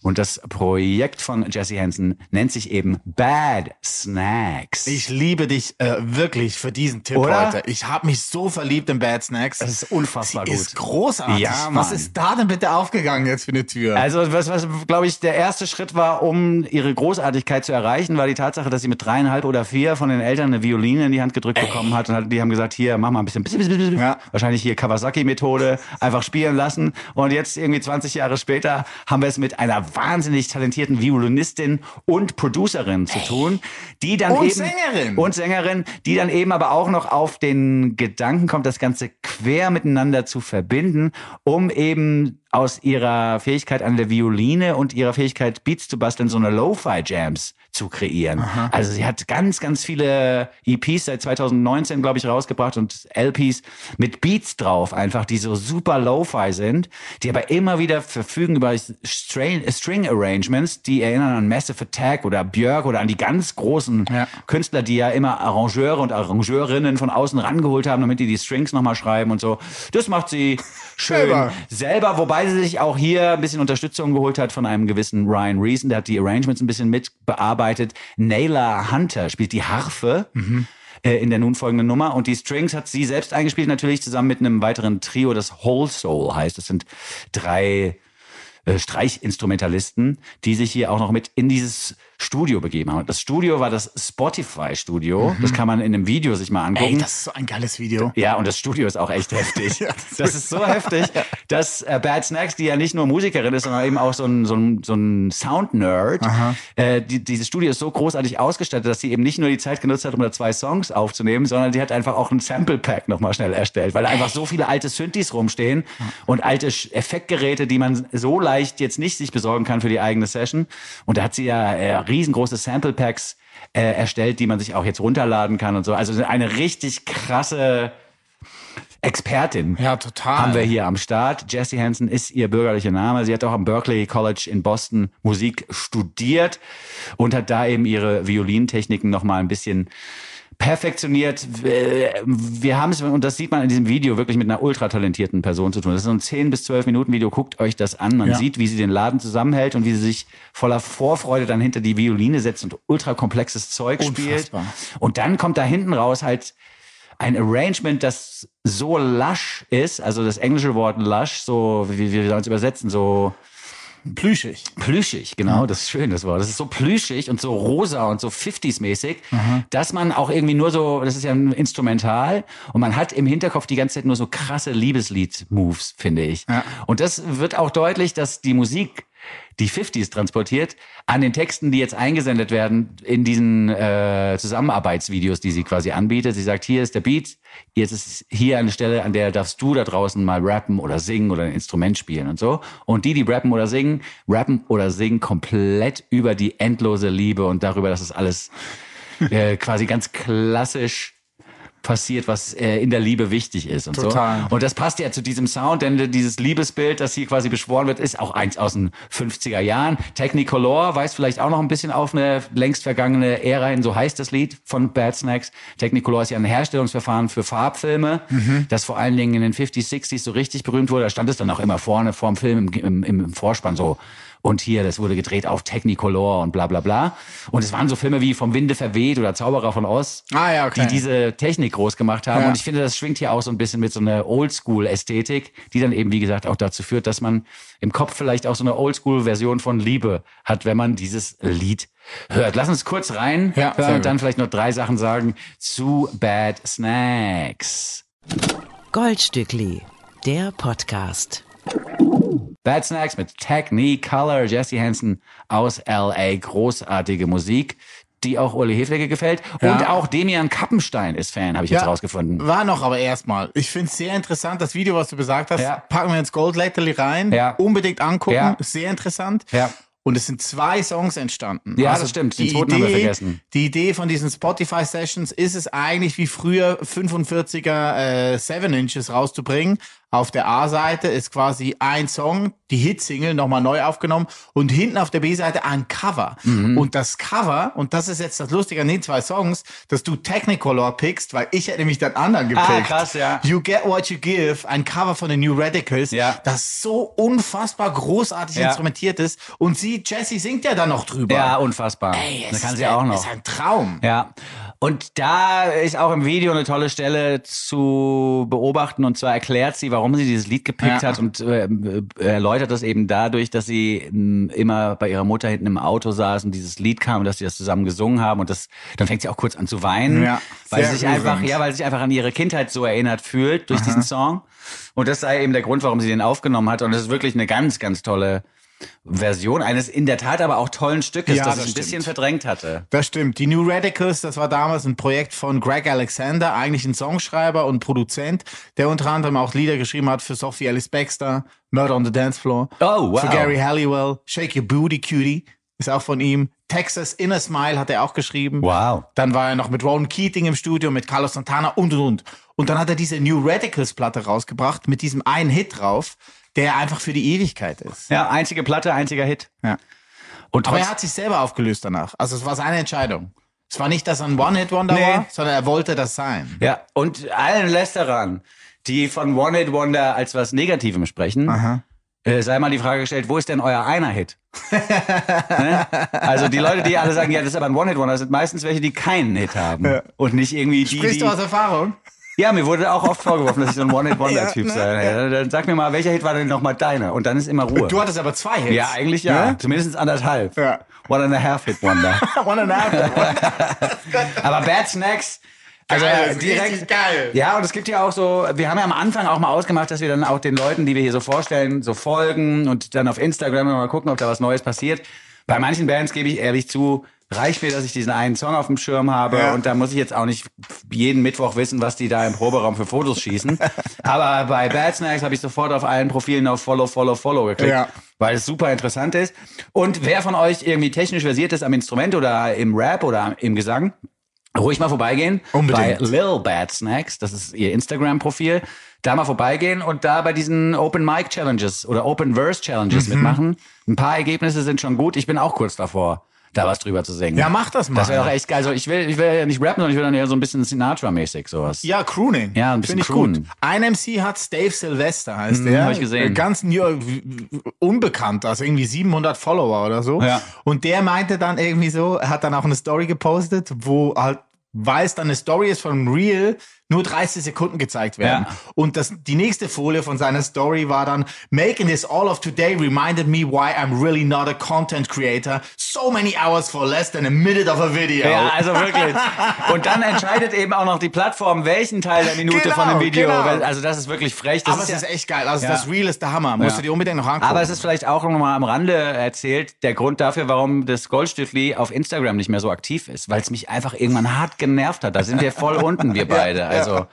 Und das Projekt von Jesse Hansen nennt sich eben Bad Snacks.
Ich liebe dich äh, wirklich für diesen Tipp
Oder?
heute. Ich habe mich so verliebt in Bad Snacks.
Das ist unfassbar
Sie
gut.
Ist großartig.
Ja, Mann.
Was ist da denn bitte aufgegangen jetzt für eine Tür?
Also was, was glaube ich, der erste Schritt war, um ihre Großartigkeit zu erreichen, war die Tatsache, dass sie mit dreieinhalb oder vier von den Eltern eine Violine in die Hand gedrückt bekommen hat und hat, die haben gesagt, hier, mach mal ein bisschen, bisschen, bisschen, bisschen.
Ja.
wahrscheinlich hier Kawasaki-Methode, einfach spielen lassen. Und jetzt irgendwie 20 Jahre später haben wir es mit einer wahnsinnig talentierten Violinistin und Producerin zu tun, die dann
Und
eben
Sängerin.
und Sängerin, die dann eben aber auch noch auf den Gedanken kommt, das Ganze quer miteinander zu verbinden, um eben aus ihrer Fähigkeit an der Violine und ihrer Fähigkeit Beats zu basteln, so eine Lo-Fi-Jams zu kreieren. Also sie hat ganz, ganz viele EPs seit 2019, glaube ich, rausgebracht und LPs mit Beats drauf einfach, die so super Lo-Fi sind, die aber immer wieder verfügen über Strain- String-Arrangements, die erinnern an Massive Attack oder Björk oder an die ganz großen
Ja.
Künstler, die ja immer Arrangeure und Arrangeurinnen von außen rangeholt haben, damit die die Strings nochmal schreiben und so. Das macht sie schön selber.
Selber.
wobei sie sich auch hier ein bisschen Unterstützung geholt hat von einem gewissen Ryan Reason, der hat die Arrangements ein bisschen mitbearbeitet. Naylor Hunter spielt die Harfe. äh, In der nun folgenden Nummer. Und die Strings hat sie selbst eingespielt, natürlich zusammen mit einem weiteren Trio, das Whole Soul heißt. Das sind drei äh, äh, Streichinstrumentalisten, die sich hier auch noch mit in dieses Studio begeben haben. Das Studio war das Spotify-Studio. Das kann man in einem Video sich mal angucken.
Mhm. Ey, das ist so ein geiles Video.
Ja, und das Studio ist auch echt heftig.
das
das ist so heftig, dass äh, Bad Snacks, die ja nicht nur Musikerin ist, sondern eben auch so ein, so ein, so ein Sound-Nerd, äh, die, dieses Studio ist so großartig ausgestattet, dass sie eben nicht nur die Zeit genutzt hat, um da zwei Songs aufzunehmen, sondern die hat einfach auch ein Sample-Pack nochmal schnell erstellt, weil da einfach so viele alte Synthes rumstehen und alte Sch- Effektgeräte, die man so leicht jetzt nicht sich besorgen kann für die eigene Session. Und da hat sie ja äh, riesengroße Sample-Packs äh, erstellt, die man sich auch jetzt runterladen kann und so. Also eine richtig krasse Expertin
Ja, total.
haben wir hier am Start. Jessie Hansen ist ihr bürgerlicher Name. Sie hat auch am Berkeley College in Boston Musik studiert und hat da eben ihre Violintechniken noch mal ein bisschen perfektioniert. Wir wir haben es, und das sieht man in diesem Video, wirklich mit einer ultra talentierten Person zu tun. Das ist so ein 10 bis 12 Minuten Video. Guckt euch das an. Man
Ja.
sieht, wie sie den Laden zusammenhält und wie sie sich voller Vorfreude dann hinter die Violine setzt und ultra komplexes Zeug
Unfassbar.
spielt. Und dann kommt da hinten raus halt ein Arrangement, das so lush ist, also das englische Wort lush, so, wie, wie wir es übersetzen, so
Plüschig.
plüschig, genau, das ist schön, das Wort. Das ist so plüschig und so rosa und so 50s-mäßig, dass man auch irgendwie nur so, das ist ja ein Instrumental und man hat im Hinterkopf die ganze Zeit nur so krasse Liebeslied-Moves, finde ich.
Ja.
Und das wird auch deutlich, dass die Musik die 50s transportiert, an den Texten, die jetzt eingesendet werden in diesen äh, Zusammenarbeitsvideos, die sie quasi anbietet. Sie sagt, hier ist der Beat, jetzt ist hier eine Stelle, an der darfst du da draußen mal rappen oder singen oder ein Instrument spielen und so. Und die, die rappen oder singen, rappen oder singen komplett über die endlose Liebe und darüber, dass es alles äh, quasi ganz klassisch passiert, was äh, in der Liebe wichtig ist und
Total.
so. Und das passt ja zu diesem Sound, denn dieses Liebesbild, das hier quasi beschworen wird, ist auch eins aus den 50er Jahren. Technicolor weist vielleicht auch noch ein bisschen auf eine längst vergangene Ära hin, so heißt das Lied von Bad Snacks. Technicolor ist ja ein Herstellungsverfahren für Farbfilme,
Mhm.
das vor allen Dingen in den 50s, 60s so richtig berühmt wurde. Da stand es dann auch immer vorne vorm Film im, im, im Vorspann so. Und hier, das wurde gedreht auf Technicolor und bla bla bla. Und es waren so Filme wie Vom Winde verweht oder Zauberer von Oz
Ah, ja, okay.
die diese Technik groß gemacht haben.
Ja.
Und ich finde, das schwingt hier auch so ein bisschen mit so einer Oldschool-Ästhetik, die dann eben, wie gesagt, auch dazu führt, dass man im Kopf vielleicht auch so eine Oldschool-Version von Liebe hat, wenn man dieses Lied hört. Lass uns kurz rein
Ja, sehr
hören und
gut.
dann vielleicht noch drei Sachen sagen zu Bad Snacks.
Goldstückli, der Podcast.
Bad Snacks mit Technicolor, Jesse Hansen aus LA. Großartige Musik, die auch Uli Heflege gefällt. Und auch Demian Kappenstein ist Fan, habe ich jetzt rausgefunden.
War noch, aber erstmal. Ich finde es sehr interessant, das Video, was du besagt hast.
Ja.
Packen wir ins Gold Latterly rein.
Ja.
Unbedingt angucken.
Ja.
Ist Sehr interessant.
Ja.
Und es sind zwei Songs entstanden. Also
Ja, das stimmt. Den
Die
zweiten haben wir
Idee,
vergessen.
die Idee von diesen Spotify-Sessions ist es eigentlich wie früher 45er äh, 7 Inches rauszubringen. Auf der A-Seite ist quasi ein Song, die Hitsingle nochmal neu aufgenommen und hinten auf der B-Seite ein Cover.
Mhm.
Und das Cover, und das ist jetzt das Lustige an den zwei Songs, dass du Technicolor pickst, weil ich hätte nämlich den anderen gepickt.
Ah, krass, ja.
You Get What You Give, ein Cover von den New Radicals,
Ja.
das so unfassbar großartig
Ja.
instrumentiert ist. Und sie, Jessie, singt ja dann noch drüber.
Ja, unfassbar.
Ey,
da
es
kann
ist
sie auch
ein-
noch.
Ist ein Traum.
Ja. Und da ist auch im Video eine tolle Stelle zu beobachten. Und zwar erklärt sie, warum sie dieses Lied gepickt
Ja.
hat und äh, äh, erläutert das eben dadurch, dass sie mh, immer bei ihrer Mutter hinten im Auto saß und dieses Lied kam und dass sie das zusammen gesungen haben. Und das, dann fängt sie auch kurz an zu weinen,
Ja,
weil
sehr
sie sich einfach,
rührend.
ja, weil sie sich einfach an ihre Kindheit so erinnert fühlt durch diesen Song. Und das sei eben der Grund, warum sie den aufgenommen hat. Und das ist wirklich eine ganz, ganz tolle Version eines in der Tat aber auch tollen Stückes,
Ja,
das,
das
ich ein bisschen
stimmt.
verdrängt hatte.
Das stimmt. Die New Radicals, das war damals ein Projekt von Greg Alexander, eigentlich ein Songschreiber und Produzent, der unter anderem auch Lieder geschrieben hat für Sophie Ellis Baxter, Murder on the Dance Floor,
Oh, wow.
für Gary Halliwell, Shake Your Booty Cutie ist auch von ihm, Texas Inner Smile hat er auch geschrieben.
Wow.
Dann war er noch mit Rowan Keating im Studio, mit Carlos Santana und und und. Und dann hat er diese New Radicals Platte rausgebracht mit diesem einen Hit drauf, der einfach für die Ewigkeit ist.
Ja, einzige Platte, einziger Hit.
Ja.
Und
Aber
trotz,
er hat sich selber aufgelöst danach. Also es war seine Entscheidung. Es war nicht, dass er ein One-Hit-Wonder
Nee.
war, sondern er wollte das sein.
ja, und allen Lästerern, die von One Hit Wonder als was Negativem sprechen, äh, sei mal die Frage gestellt, wo ist denn euer Einer-Hit? ne? Also die Leute, die alle sagen, ja, das ist aber ein One Hit Wonder, das sind meistens welche, die keinen Hit haben und nicht irgendwie die,
Sprichst
die
du aus Erfahrung?
Ja, mir wurde auch oft vorgeworfen, dass ich so ein One-Hit-Wonder-Typ
Ja, ne?
sei. Ja, Dann sag mir mal, welcher Hit war denn nochmal deiner? Und dann ist immer Ruhe.
Du hattest aber zwei Hits.
ja, eigentlich ja.
Ne?
Zumindest anderthalb.
Ja.
One and a half Hit Wonder.
One and a half.
Aber Bad Snacks. Also
Geil, ist richtig
direkt
geil.
Ja, und es gibt ja auch so, wir haben ja am Anfang auch mal ausgemacht, dass wir dann auch den Leuten, die wir hier so vorstellen, so folgen und dann auf Instagram mal gucken, ob da was Neues passiert. Bei manchen Bands gebe ich ehrlich zu, reicht mir, dass ich diesen einen Song auf dem Schirm habe
Ja.
und da muss ich jetzt auch nicht jeden Mittwoch wissen, was die da im Proberaum für Fotos schießen. Aber bei Bad Snacks habe ich sofort auf allen Profilen auf Follow, Follow, Follow geklickt
Ja.
weil es super interessant ist. Und wer von euch irgendwie technisch versiert ist am Instrument oder im Rap oder im Gesang, ruhig mal vorbeigehen.
Unbedingt.
Bei Lil Bad Snacks, das ist ihr Instagram-Profil. Da mal vorbeigehen und da bei diesen Open Mic Challenges oder Open Verse Challenges
Mhm.
mitmachen. Ein paar Ergebnisse sind schon gut. Ich bin auch kurz davor, da was drüber zu singen.
Ja, mach das mal.
Das wäre auch echt geil. Also ich will, ich will ja nicht rappen, sondern ich will dann eher so ein bisschen Sinatra-mäßig sowas.
Ja, Crooning.
Ja, ein bisschen
Finde ich
croonen.
gut. Ein MC hat's, Dave Sylvester heißt der.
hab ich gesehen.
Ganz New York, w- w- unbekannt, das irgendwie 700 Follower oder so.
Ja.
Und der meinte dann irgendwie so, er hat dann auch eine Story gepostet, wo halt, weil es dann eine Story ist von Real, nur 30 Sekunden gezeigt werden.
Ja.
Und das, die nächste Folie von seiner Story war dann, making this all of today reminded me why I'm really not a content creator. So many hours for less than a minute of a video.
Ja, also wirklich. Und dann entscheidet eben auch noch die Plattform, welchen Teil der Minute
Genau,
von dem Video.
genau.
weil- Also das ist wirklich frech. Das
aber es
ja-
ist echt geil. Also
Ja.
das Real ist der Hammer. Musst
Ja.
du dir unbedingt noch angucken.
aber es ist vielleicht auch nochmal am Rande erzählt, der Grund dafür, warum das Goldstückli auf Instagram nicht mehr so aktiv ist, weil es mich einfach irgendwann hart genervt hat. Da sind wir voll unten, wir beide. Also,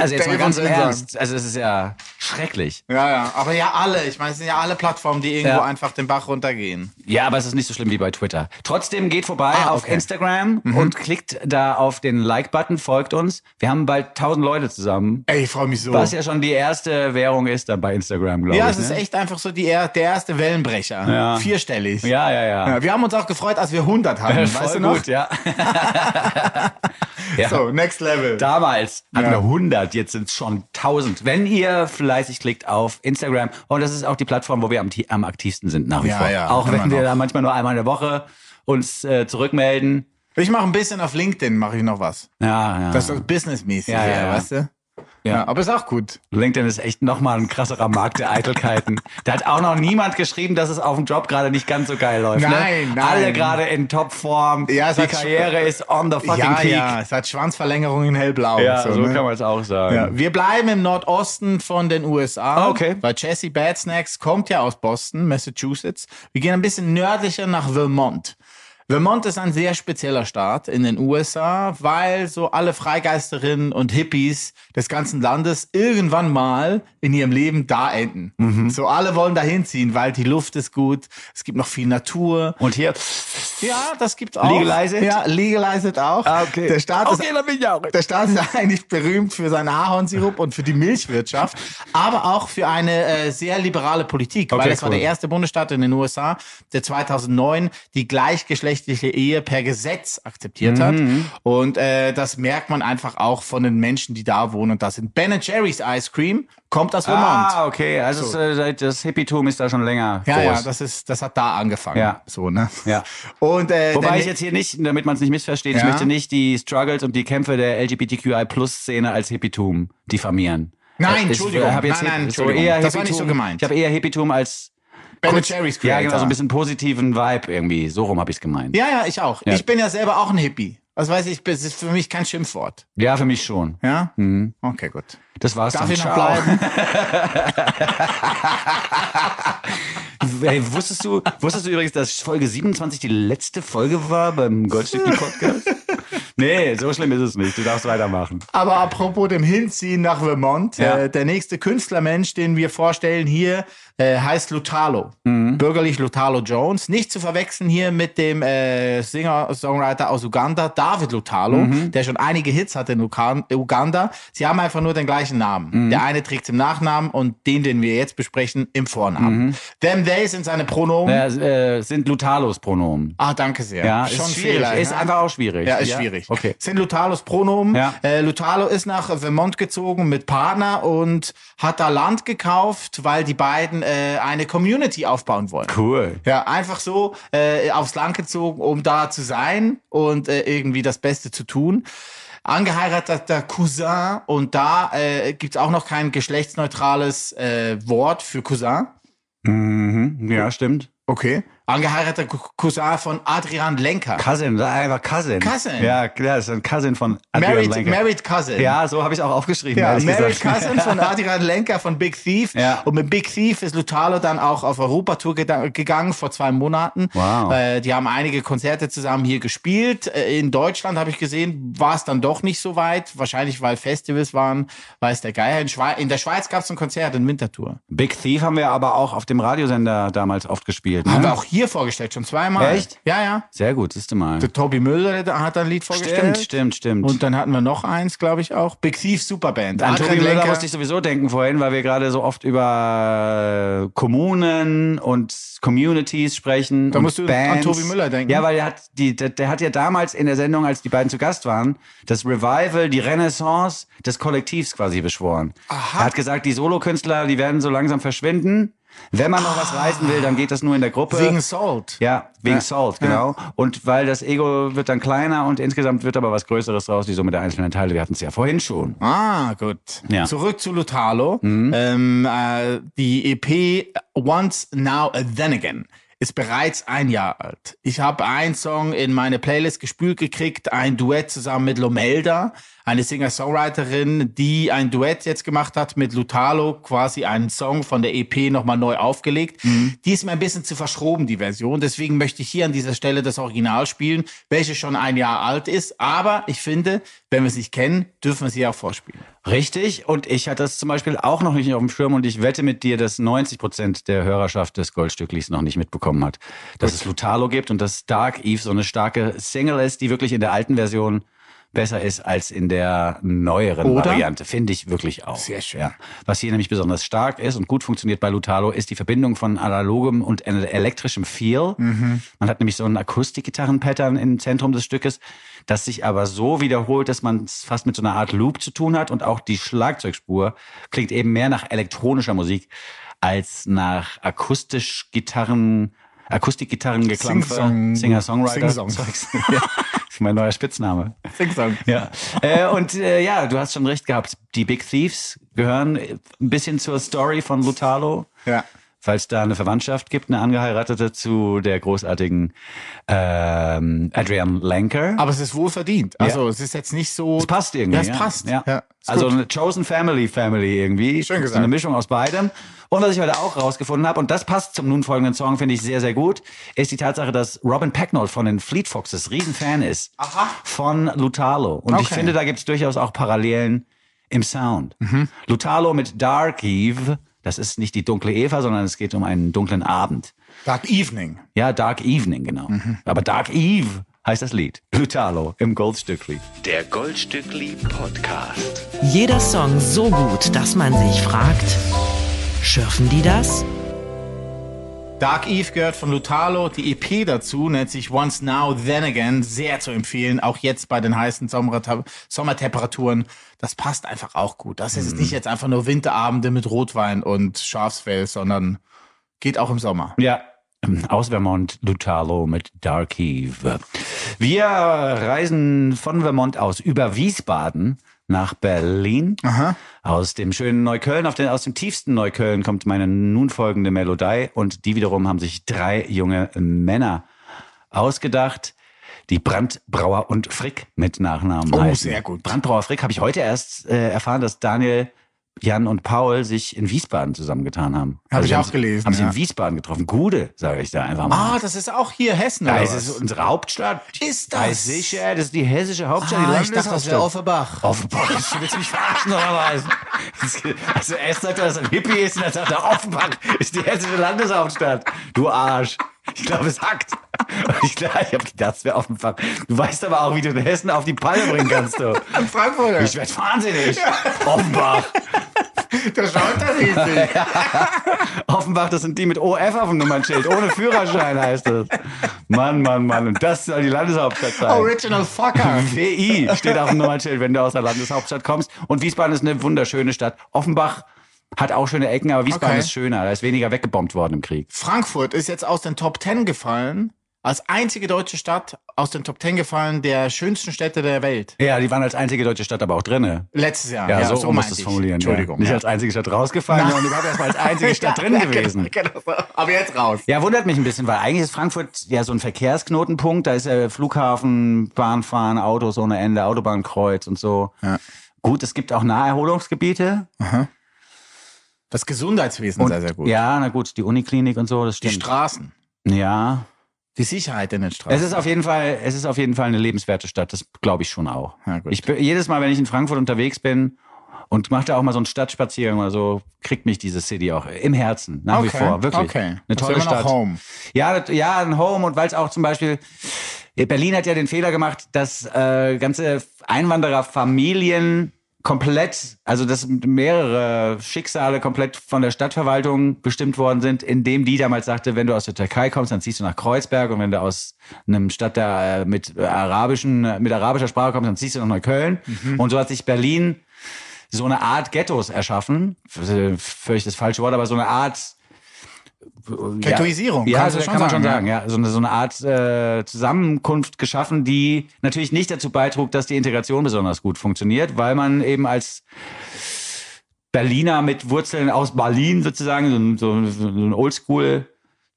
also jetzt mal
Dave
ganz
und Vincent.
im Ernst. Also es ist ja schrecklich.
Ja, ja, aber ja alle. Ich meine, es sind ja alle Plattformen, die irgendwo
Ja.
einfach den Bach runtergehen.
Ja, aber es ist nicht so schlimm wie bei Twitter. Trotzdem geht vorbei
Ah,
auf
okay. Mhm.
Instagram und klickt da auf den Like-Button, folgt uns. Wir haben bald 1000 Leute zusammen.
Ey, ich freue mich so.
Was ja schon die erste Währung ist dann bei Instagram, glaube
Oh. ja,
ich.
es ist
ne?
echt einfach so die, er- der erste Wellenbrecher.
Ja.
Vierstellig.
Ja, ja, ja.
Ja, Wir haben uns auch gefreut, als wir 100 hatten.
Voll
weißt du noch?
gut, ja. ja.
So, next level.
Damals hatten
Ja.
wir 100, jetzt sind es schon 1000. Wenn ihr fleißig klickt auf Instagram, und das ist auch die Plattform, wo wir am, ti- am aktivsten sind nach wie
Ja,
vor.
ja,
auch
immer
wenn wir
noch.
da manchmal nur einmal in der Woche uns äh, zurückmelden.
Ich mache ein bisschen auf LinkedIn, mache ich noch was.
Ja, ja.
Das ist doch businessmäßig,
Ja,
ja,
ja, ja.
weißt du?
Ja.
aber ist auch gut.
LinkedIn ist echt nochmal ein krasserer Markt der Eitelkeiten. da hat auch noch niemand geschrieben, dass es auf dem Job gerade nicht ganz so geil läuft.
Nein,
ne?
nein.
Alle gerade in Topform.
Ja, es
die
hat-
Karriere ist on the fucking
ja,
peak.
ja, es hat Schwanzverlängerung in hellblau.
Ja,
und
so,
ne?
kann man es auch sagen.
Ja, wir bleiben im Nordosten von den USA.
Ah, okay.
Weil Jesse Bad Snacks kommt ja aus Boston, Massachusetts. Wir gehen ein bisschen nördlicher nach Vermont. Vermont ist ein sehr spezieller Staat in den USA, weil so alle Freigeisterinnen und Hippies des ganzen Landes irgendwann mal in ihrem Leben da enden.
Mhm.
So alle wollen da hinziehen, weil die Luft ist gut, es gibt noch viel Natur.
Und hier.
Ja, das gibt's auch.
Legalize it?
Ja, legalize it auch.
Ah, okay.
Der Staat ist
okay, dann bin ich auch.
der Staat ist eigentlich berühmt für seinen Ahornsirup und für die Milchwirtschaft, aber auch für eine äh, sehr liberale Politik,
Okay,
weil es war
cool.
der erste Bundesstaat in den USA, der 2009 die gleichgeschlechtliche Ehe per Gesetz akzeptiert hat.
Mhm.
Und äh, das merkt man einfach auch von den Menschen, die da wohnen und da sind. Ben Jerry's Ice Cream kommt aus Vermont.
Ah, okay. Also es, äh, das Hippietum ist da schon länger
ja,
groß.
ja, das ist, das hat da angefangen.
Ja.
So, ne?
Ja.
Und äh,
Wobei
der-
ich jetzt hier nicht, damit man es nicht missversteht, ich
Ja.
möchte nicht die Struggles und die Kämpfe der LGBTQI-Plus-Szene als Hippietum diffamieren.
Nein,
Ich,
Entschuldigung.
äh, hab jetzt
Nein, nein,
Hi- so
Entschuldigung.
Eher
Das war nicht
Hippietum-
so gemeint.
Ich habe eher Hippietum als
Ben
kurz-
Jerry's
Ja, genau,
Creator.
so ein bisschen positiven Vibe irgendwie. So rum habe ich es gemeint.
Ja, ja, ich auch.
Ja.
Ich bin ja selber auch ein Hippie. Also weiß ich, das ist für mich kein Schimpfwort.
Ja, für mich schon.
Ja? Okay, gut.
Das war's
Darf
dann.
ich noch
Ciao.
bleiben?
Ey, wusstest du, wusstest du übrigens, dass Folge 27 die letzte Folge war beim Goldstückli-Podcast? nee, so schlimm ist es nicht. Du darfst weitermachen.
Aber apropos dem Hinziehen nach Vermont,
Ja.
äh, der nächste Künstlermensch, den wir vorstellen hier, äh, heißt Lutalo.
Mhm.
Bürgerlich Lutalo Jones. Nicht zu verwechseln hier mit dem äh, Singer-Songwriter aus Uganda, David Lutalo,
Mhm.
der schon einige Hits hatte in Ukan Uganda. Sie haben einfach nur den gleichen
Mhm.
Namen. Der eine trägt im Nachnamen und den, den wir jetzt besprechen, im Vornamen. Them, they sind seine Pronomen.
Mhm. Ja, äh, sind Lutalos Pronomen.
Ah, danke sehr.
Ja, ist schwierig.
Fehler,
ist
ne?
einfach auch schwierig.
Ja, ist schwierig.
Okay.
Sind Lutalos Pronomen.
Ja.
Äh, Lutalo ist nach Vermont gezogen mit Partner und hat da Land gekauft, weil die beiden äh, eine Community aufbauen wollen.
Cool.
Ja, einfach so äh, aufs Land gezogen, um da zu sein und äh, irgendwie das Beste zu tun. angeheirateter Cousin und da äh, gibt's auch noch kein geschlechtsneutrales äh, Wort für Cousin.
Mhm. Ja, stimmt.
Okay. Angeheirateter Cou- Cousin von Adrian Lenker.
Cousin, sag einfach Cousin.
Cousin.
Ja, klar, ist ein Cousin von Adrian
married,
Lenker.
married Cousin.
Ja, so habe ich auch aufgeschrieben.
Ja,
ehrlich
Married
gesagt.
Cousin von Adrian Lenker von Big Thief.
Ja.
Und mit Big Thief ist Lutalo dann auch auf Europatour geda- gegangen vor zwei Monaten.
Wow.
Äh, die haben einige Konzerte zusammen hier gespielt. Äh, in Deutschland habe ich gesehen, war es dann doch nicht so weit. Wahrscheinlich, weil Festivals waren, weiß der Geier. In, Schwe in der Schweiz gab es ein Konzert in Winterthur.
Big Thief haben wir aber auch auf dem Radiosender damals oft gespielt. Ne?
Haben wir auch hier vorgestellt, schon zweimal.
Echt?
Ja, ja.
Sehr gut, siehst du mal.
Der Tobi Müller der hat ein Lied vorgestellt.
Stimmt, stimmt, stimmt.
Und dann hatten wir noch eins, glaube ich, auch. Big Thief Superband.
An Tobi
Adrian
Müller
Lenker.
musste ich sowieso denken vorhin, weil wir gerade so oft über äh, Kommunen und Communities sprechen.
Da
und
musst du an
Bands.
Tobi Müller denken.
Ja, weil er hat die, der, der hat ja damals in der Sendung, als die beiden zu Gast waren, das Revival, die Renaissance des Kollektivs quasi beschworen.
Aha.
Er hat gesagt, die Solokünstler, die werden so langsam verschwinden. Wenn man noch was reißen will, dann geht das nur in der Gruppe.
Ah. Wegen Salt.
Ja, wegen Salt, genau. Und weil das Ego wird dann kleiner und insgesamt wird aber was Größeres draus, die Summe der einzelnen Teile. Wir hatten es ja vorhin schon.
Ah, gut.
Ja.
Zurück zu Lutalo. Ähm, äh, die EP Once, Now, Then Again ist bereits ein Jahr alt. Ich habe einen Song in meine Playlist gespült gekriegt, ein Duett zusammen mit Lomelda, eine Singer-Songwriterin, die ein Duett jetzt gemacht hat mit Lutalo, quasi einen Song von der EP nochmal neu aufgelegt. Die ist mir ein bisschen zu verschroben, die Version. Deswegen möchte ich hier an dieser Stelle das Original spielen, welches schon ein Jahr alt ist. Aber ich finde, wenn wir es nicht kennen, dürfen wir sie auch vorspielen.
Richtig. Und ich hatte das zum Beispiel auch noch nicht auf dem Schirm und ich wette mit dir, dass 90 Prozent der Hörerschaft des Goldstücklis noch nicht mitbekommen hat, dass es Lutalo gibt und dass Dark Eve so eine starke Single ist, die wirklich in der alten Version besser ist als in der neueren
Oder?
Variante. Finde ich wirklich auch.
Sehr schön.
Genau. Ja. Was hier nämlich besonders stark ist und gut funktioniert bei Lutalo, ist die Verbindung von analogem und en- elektrischem Feel.
Mhm.
Man hat nämlich so einen Akustikgitarren-Pattern im Zentrum des Stückes, das sich aber so wiederholt, dass man es fast mit so einer Art Loop zu tun hat und auch die Schlagzeugspur klingt eben mehr nach elektronischer Musik als nach akustisch Gitarren, Akustikgitarren geklampfe,
Sing-Song.
Singer-Songwriter.
Sing-Song.
Ja, ist mein neuer Spitzname.
Sing-Song.
Ja. Äh, und äh, ja, du hast schon recht gehabt. Die Big Thieves gehören äh, ein bisschen zur Story von Lutalo.
Ja.
Falls da eine Verwandtschaft gibt, eine angeheiratete zu der großartigen ähm, Adrian Lanker.
Aber es ist wohl verdient. Also es ist jetzt nicht so.
Es passt irgendwie.
Ja, es
ja.
passt.
Ja.
Ja, ist
also
gut.
eine Chosen Family Family irgendwie.
Schön gesagt.
So eine Mischung aus beidem. Und was ich heute auch rausgefunden habe, und das passt zum nun folgenden Song, finde ich sehr, sehr gut, ist die Tatsache, dass Robin Pecknold von den Fleet Foxes Riesenfan ist.
Aha.
Von Lutalo. Und ich
Okay.
finde, da gibt es durchaus auch Parallelen im Sound.
Mhm.
Lutalo mit Dark Eve, das ist nicht die dunkle Eva, sondern es geht um einen dunklen Abend.
Dark Evening.
Ja, Dark Evening, genau.
Mhm.
Aber Dark Eve heißt das Lied. Lutalo im Goldstücklied.
Der Goldstückli Podcast.
Jeder Song so gut, dass man sich fragt, schürfen die das?
Dark Eve gehört von Lutalo. Die EP dazu nennt sich Once Now, Then Again. Sehr zu empfehlen. Auch jetzt bei den heißen Sommerta- Sommertemperaturen. Das passt einfach auch gut. Das
Mhm.
ist nicht jetzt einfach nur Winterabende mit Rotwein und Schafsfell, sondern geht auch im Sommer.
Ja. Aus Vermont, Lutalo mit Dark Eve. Wir reisen von Vermont aus über Wiesbaden nach Berlin. Aus dem schönen Neukölln, auf den, aus dem tiefsten Neukölln kommt meine nun folgende Melodie und die wiederum haben sich drei junge Männer ausgedacht, die Brandbrauer und Frick mit Nachnamen
Oh,
heißen.
sehr gut.
Brandbrauer Frick habe ich heute erst äh, erfahren, dass Daniel, Jan und Paul sich in Wiesbaden zusammengetan haben.
Habe ich
sie
auch
haben sich-
gelesen,
Haben sie
ja.
in Wiesbaden getroffen. Gude, sage ich da einfach mal.
Ah, das ist auch hier Hessen,
da
oder
ist es
was?
unsere Hauptstadt.
Ist
Da
das?
ist sicher, das ist die hessische Hauptstadt, die
Ah, ich dachte, das
Landeshauptstadt.
wäre Offenbach.
Offenbach, du willst mich verarschen oder was? Also erst sagt er, dass er ein Hippie ist und dann sagt er, Offenbach ist die hessische Landeshauptstadt. Du Arsch. Ich glaube, es hackt. Und ich klar, ich habe gedacht, es wäre Offenbach. Du weißt aber auch, wie du den Hessen auf die Palme bringen kannst, du.
Frankfurter.
Ich werd wahnsinnig. Offenbach.
Da schaut das nicht.
Offenbach, das sind die mit OF auf dem Nummernschild. Ohne Führerschein heißt das. Mann, Mann, Mann. Und das soll die Landeshauptstadt sein.
Original Fucker.
WI steht auf dem Nummernschild, wenn du aus der Landeshauptstadt kommst. Und Wiesbaden ist eine wunderschöne Stadt. Offenbach hat auch schöne Ecken, aber Wiesbaden
Okay.
ist schöner. Da ist weniger weggebombt worden im Krieg.
Frankfurt ist jetzt aus den Top Ten gefallen, als einzige deutsche Stadt aus den Top Ten gefallen der schönsten Städte der Welt.
Ja, die waren als einzige deutsche Stadt aber auch drinne.
Letztes Jahr.
Ja, so, musst
meinte
du es
ich.
formulieren.
Entschuldigung.
Ja. Nicht
ja.
als einzige Stadt rausgefallen, sondern überhaupt erstmal als einzige Stadt drin gewesen.
Genau so. Aber jetzt raus.
Ja, wundert mich ein bisschen, weil eigentlich ist Frankfurt ja so ein Verkehrsknotenpunkt. Da ist ja Flughafen, Bahnfahren, Autos ohne Ende, Autobahnkreuz und so.
Ja.
Gut, es gibt auch Naherholungsgebiete.
Das Gesundheitswesen
Und-
ist sehr, sehr gut.
Ja, na gut, die Uniklinik und so, das
Die
stimmt.
Straßen.
ja.
Die Sicherheit in den
Es
Straßen.
ist auf jeden Fall, es ist auf jeden Fall eine lebenswerte Stadt, das glaube ich schon auch.
Ja, gut.
ich bin, jedes Mal, wenn ich in Frankfurt unterwegs bin und mache da auch mal so einen Stadtspaziergang oder so, kriegt mich diese City auch im Herzen nach wie
Okay,
vor, wirklich.
okay.
Eine
Also
tolle
immer noch
Stadt.
Home.
Ja, das, ja, ein Home und weil es auch zum Beispiel Berlin hat ja den Fehler gemacht, dass äh, ganze Einwandererfamilien komplett, also dass mehrere Schicksale komplett von der Stadtverwaltung bestimmt worden sind, indem die damals sagte, wenn du aus der Türkei kommst, dann ziehst du nach Kreuzberg und wenn du aus einem Stadt der, äh, mit arabischen, äh, mit arabischer Sprache kommst, dann ziehst du nach Neukölln. Und so hat sich Berlin so eine Art Ghettos erschaffen. F- Völlig das falsche Wort, aber so eine Art
Ghettoisierung,
ja,
kannst du
also kann
schon
man schon
sagen,
sagen.
ne?
Ja, so eine, so eine Art äh, Zusammenkunft geschaffen, die natürlich nicht dazu beitrug, dass die Integration besonders gut funktioniert, weil man eben als Berliner mit Wurzeln aus Berlin sozusagen, so, ein- so, ein- so ein Oldschool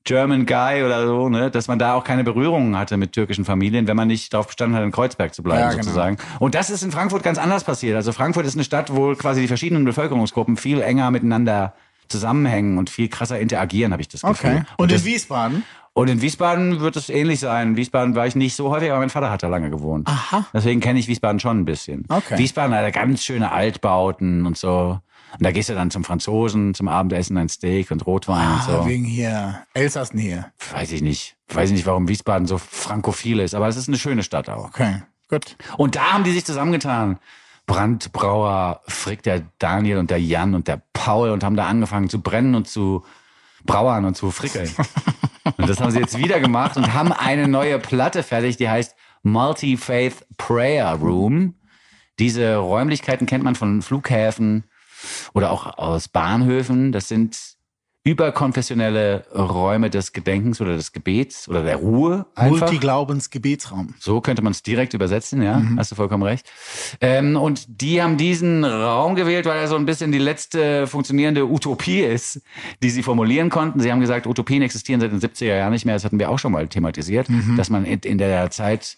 German Guy oder so, ne, dass man da auch keine Berührungen hatte mit türkischen Familien, wenn man nicht darauf bestanden hat, in Kreuzberg zu bleiben
Ja, genau.
sozusagen. Und das ist in Frankfurt ganz anders passiert. Also Frankfurt ist eine Stadt, wo quasi die verschiedenen Bevölkerungsgruppen viel enger miteinander zusammenhängen und viel krasser interagieren, habe ich das Gefühl.
Okay. Und in Wiesbaden?
Und in Wiesbaden wird es ähnlich sein. In Wiesbaden war ich nicht so häufig, aber mein Vater hat da lange gewohnt. Aha. Deswegen kenne ich Wiesbaden schon ein bisschen.
Okay.
Wiesbaden hat da ganz schöne Altbauten und so. Und da gehst du dann zum Franzosen, zum Abendessen ein Steak und Rotwein und so.
Ah, wegen hier. Elsassen hier.
Weiß ich nicht. Weiß ich nicht, warum Wiesbaden so frankophil ist, aber es ist eine schöne Stadt auch.
Okay, gut.
Und da haben die sich zusammengetan. Brandbrauer Frick, der Daniel und der Jan und der Paul und haben da angefangen zu brennen und zu brauern und zu frickeln. und das haben sie jetzt wieder gemacht und haben eine neue Platte fertig, die heißt Multi-Faith Prayer Room. Diese Räumlichkeiten kennt man von Flughäfen oder auch aus Bahnhöfen. Das sind überkonfessionelle Räume des Gedenkens oder des Gebets oder der Ruhe einfach.
Multiglaubensgebetsraum.
So könnte man es direkt übersetzen, ja, hast du vollkommen recht. Ähm, und die haben diesen Raum gewählt, weil er so ein bisschen die letzte funktionierende Utopie ist, die sie formulieren konnten. Sie haben gesagt, Utopien existieren seit den 70er Jahren nicht mehr. Das hatten wir auch schon mal thematisiert, dass man in, in der Zeit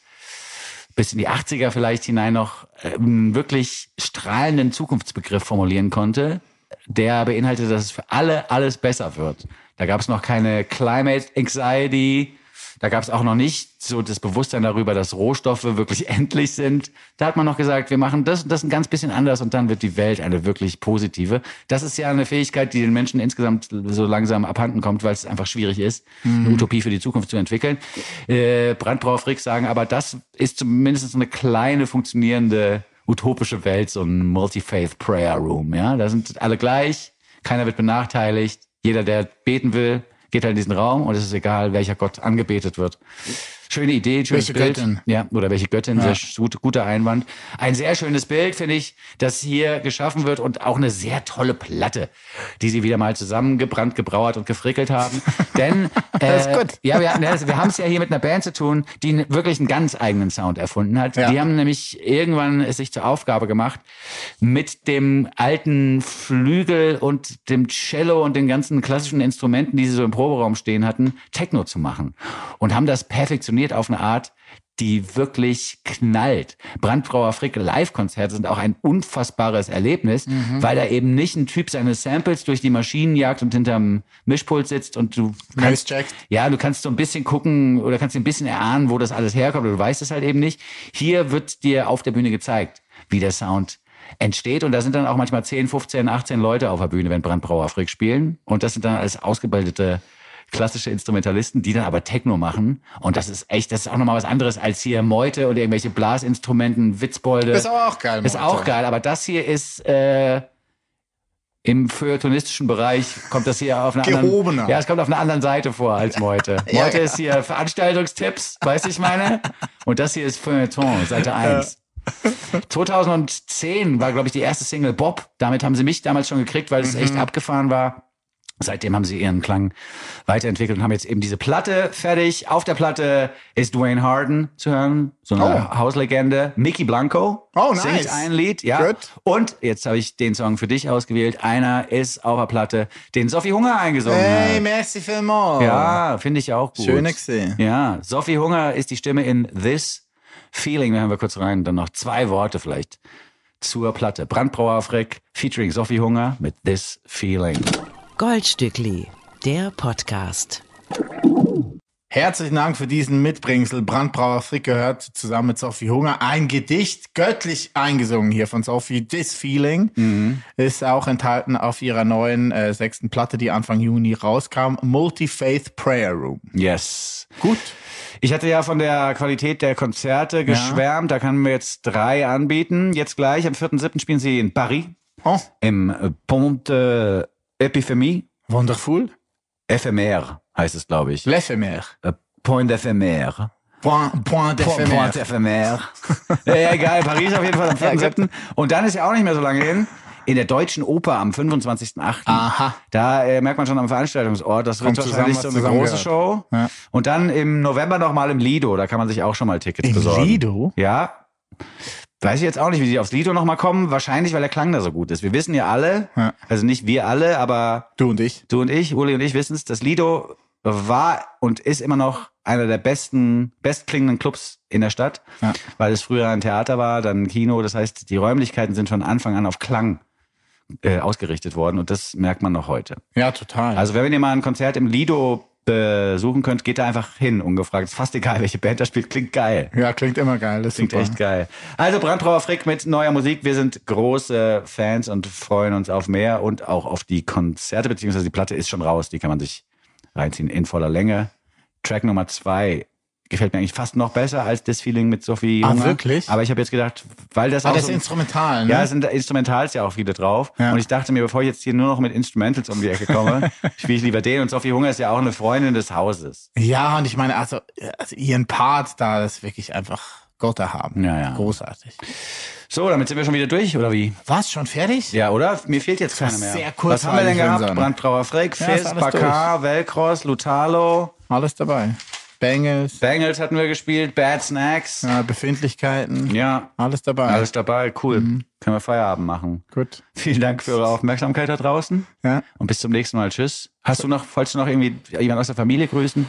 bis in die 80er vielleicht hinein noch äh, einen wirklich strahlenden Zukunftsbegriff formulieren konnte, der beinhaltete, dass es für alle alles besser wird. Da gab es noch keine Climate Anxiety, da gab es auch noch nicht so das Bewusstsein darüber, dass Rohstoffe wirklich endlich sind. Da hat man noch gesagt, wir machen das und das ein ganz bisschen anders und dann wird die Welt eine wirklich positive. Das ist ja eine Fähigkeit, die den Menschen insgesamt so langsam abhanden kommt, weil es einfach schwierig ist,
Mhm.
eine Utopie für die Zukunft zu entwickeln. Äh, Brandbrauer Frick sagen, aber das ist zumindest eine kleine funktionierende utopische Welt, so ein Multi-Faith Prayer Room. Ja, da sind alle gleich, keiner wird benachteiligt. Jeder, der beten will, geht halt in diesen Raum und es ist egal, welcher Gott angebetet wird. Schöne Idee, schönes
Welche
Bild.
Göttin?
Ja, oder welche Göttin, sehr sch- gut, guter Einwand. Ein sehr schönes Bild, finde ich, das hier geschaffen wird und auch eine sehr tolle Platte, die sie wieder mal zusammengebrannt, gebrauert und gefrickelt haben. Denn
Das ist
äh,
gut.
ja, wir, hatten das- wir haben es ja hier mit einer Band zu tun, die n- wirklich einen ganz eigenen Sound erfunden hat.
Ja.
Die haben nämlich irgendwann es sich zur Aufgabe gemacht, mit dem alten Flügel und dem Cello und den ganzen klassischen Instrumenten, die sie so im Proberaum stehen hatten, Techno zu machen. Und haben das perfektioniert auf eine Art, die wirklich knallt. Brandbrauer Frick Live-Konzerte sind auch ein unfassbares Erlebnis, weil da eben nicht ein Typ seine Samples durch die Maschinen jagt und hinterm Mischpult sitzt und du
Nice checked.
ja, du kannst so ein bisschen gucken oder kannst ein bisschen erahnen, wo das alles herkommt, aber du weißt es halt eben nicht. Hier wird dir auf der Bühne gezeigt, wie der Sound entsteht und da sind dann auch manchmal 10, 15, 18 Leute auf der Bühne, wenn Brandbrauer Frick spielen und das sind dann alles ausgebildete klassische Instrumentalisten, die dann aber Techno machen und das ist echt, das ist auch nochmal was anderes als hier Meute oder irgendwelche Blasinstrumenten, Witzbolde.
Ist aber auch geil.
Ist
Leute.
auch geil, aber das hier ist äh, im feuilletonistischen Bereich kommt das hier auf einer
Gehobener.
anderen. Ja, es kommt auf einer anderen Seite vor als Meute. Meute
Ja, ja.
ist hier Veranstaltungstipps, weißt du, ich meine? Und das hier ist Feuilleton, Seite 1.
Mhm.
2010 war, glaube ich, die erste Single Bob. Damit haben sie mich damals schon gekriegt, weil es echt abgefahren war. Seitdem haben sie ihren Klang weiterentwickelt und haben jetzt eben diese Platte fertig. Auf der Platte ist Dwayne Harden zu hören, so eine
Oh.
Hauslegende. Mickey Blanco
Oh, nice.
singt ein Lied. Ja.
Gut.
Und jetzt habe ich den Song für dich ausgewählt. Einer ist auf der Platte, den Sophie Hunger eingesungen
Hey,
hat.
merci vielmals.
Ja, finde ich auch gut.
Schöne gesehen.
Ja, Sophie Hunger ist die Stimme in This Feeling. Da hören wir kurz rein. Dann noch zwei Worte vielleicht zur Platte. Brandbrauer Frick featuring Sophie Hunger mit This Feeling.
Goldstückli, der Podcast.
Herzlichen Dank für diesen Mitbringsel. Brandbrauer Frick gehört zusammen mit Sophie Hunger. Ein Gedicht, göttlich eingesungen hier von Sophie. This Feeling ist auch enthalten auf ihrer neuen äh, sechsten Platte, die Anfang Juni rauskam. Multifaith Prayer Room.
Yes.
Gut.
Ich hatte ja von der Qualität der Konzerte geschwärmt. Da können wir jetzt drei anbieten. Jetzt gleich am 4.7. spielen sie in Paris
Oh,
im äh, Ponte Epiphemie.
wonderful.
Ephemer heißt es, glaube ich.
L'éphémère.
Äh, Point Ephemer.
Point, point
Point
d'éphémère.
Ephemer. ja, ja, geil. Paris auf jeden Fall am
Ja, gut.
4.7. Und dann ist ja auch nicht mehr so lange hin. In der Deutschen Oper am 25.8.
Aha.
Da äh, merkt man schon am Veranstaltungsort, das wird
Ah. Kommt
wahrscheinlich
zusammen, was
so eine große Show.
zusammengehört. Ja.
Und dann im November nochmal im Lido, da kann man sich auch schon mal Tickets besorgen.
Lido?
Ja. Weiß ich jetzt auch nicht, wie die aufs Lido nochmal kommen. Wahrscheinlich, weil der Klang da so gut ist. Wir wissen ja alle,
Ja.
also nicht wir alle, aber
Du und ich.
du und ich, Uli und ich wissen es, das Lido war und ist immer noch einer der besten, bestklingenden Clubs in der Stadt,
Ja.
weil es früher ein Theater war, dann ein Kino. Das heißt, die Räumlichkeiten sind von Anfang an auf Klang äh, ausgerichtet worden und das merkt man noch heute.
Ja, total.
Also wenn ihr mal ein Konzert im Lido besuchen könnt, geht da einfach hin, ungefragt. Ist fast egal, welche Band da spielt, klingt geil.
ja, klingt immer geil. Das
Klingt
super. Ah,
echt geil. Also Brandtrauer Frick mit neuer Musik. Wir sind große Fans und freuen uns auf mehr und auch auf die Konzerte, beziehungsweise die Platte ist schon raus. Die kann man sich reinziehen in voller Länge. Track Nummer zwei gefällt mir eigentlich fast noch besser als das Feeling mit Sophie
Ah,
Junger.
wirklich?
Aber ich habe jetzt gedacht, weil das
Ah,
auch
das
so-
ist instrumental, ne?
ja, es sind Instrumentals ja auch viele drauf.
Ja.
Und ich dachte mir, bevor ich jetzt hier nur noch mit Instrumentals um die Ecke komme, spiele ich lieber den. Und Sophie Hunger ist ja auch eine Freundin des Hauses.
Ja, und ich meine, also, äh, also ihren Part da, das ist wirklich einfach Gott erhaben.
Ja, ja.
Großartig.
So, damit sind wir schon wieder durch, oder wie?
War's schon fertig?
Ja, oder? Mir fehlt jetzt
war
keiner mehr.
sehr kurz,
Was haben wir denn
Heinrich
gehabt?
Winsen.
Brandbrauer Freck,
Ja, ist
Fizz,
alles
Bakar, Velcros, Lutalo,
Alles dabei. Bangles,
Bengals hatten wir gespielt, Bad Snacks. Ja,
äh, Befindlichkeiten. Alles dabei.
alles dabei. Cool.
Mhm.
Können wir Feierabend machen.
gut.
Vielen Dank für eure Aufmerksamkeit da draußen.
Ja.
Und bis zum nächsten Mal. Tschüss. Hast du noch, wolltest du noch irgendwie jemand aus der Familie grüßen?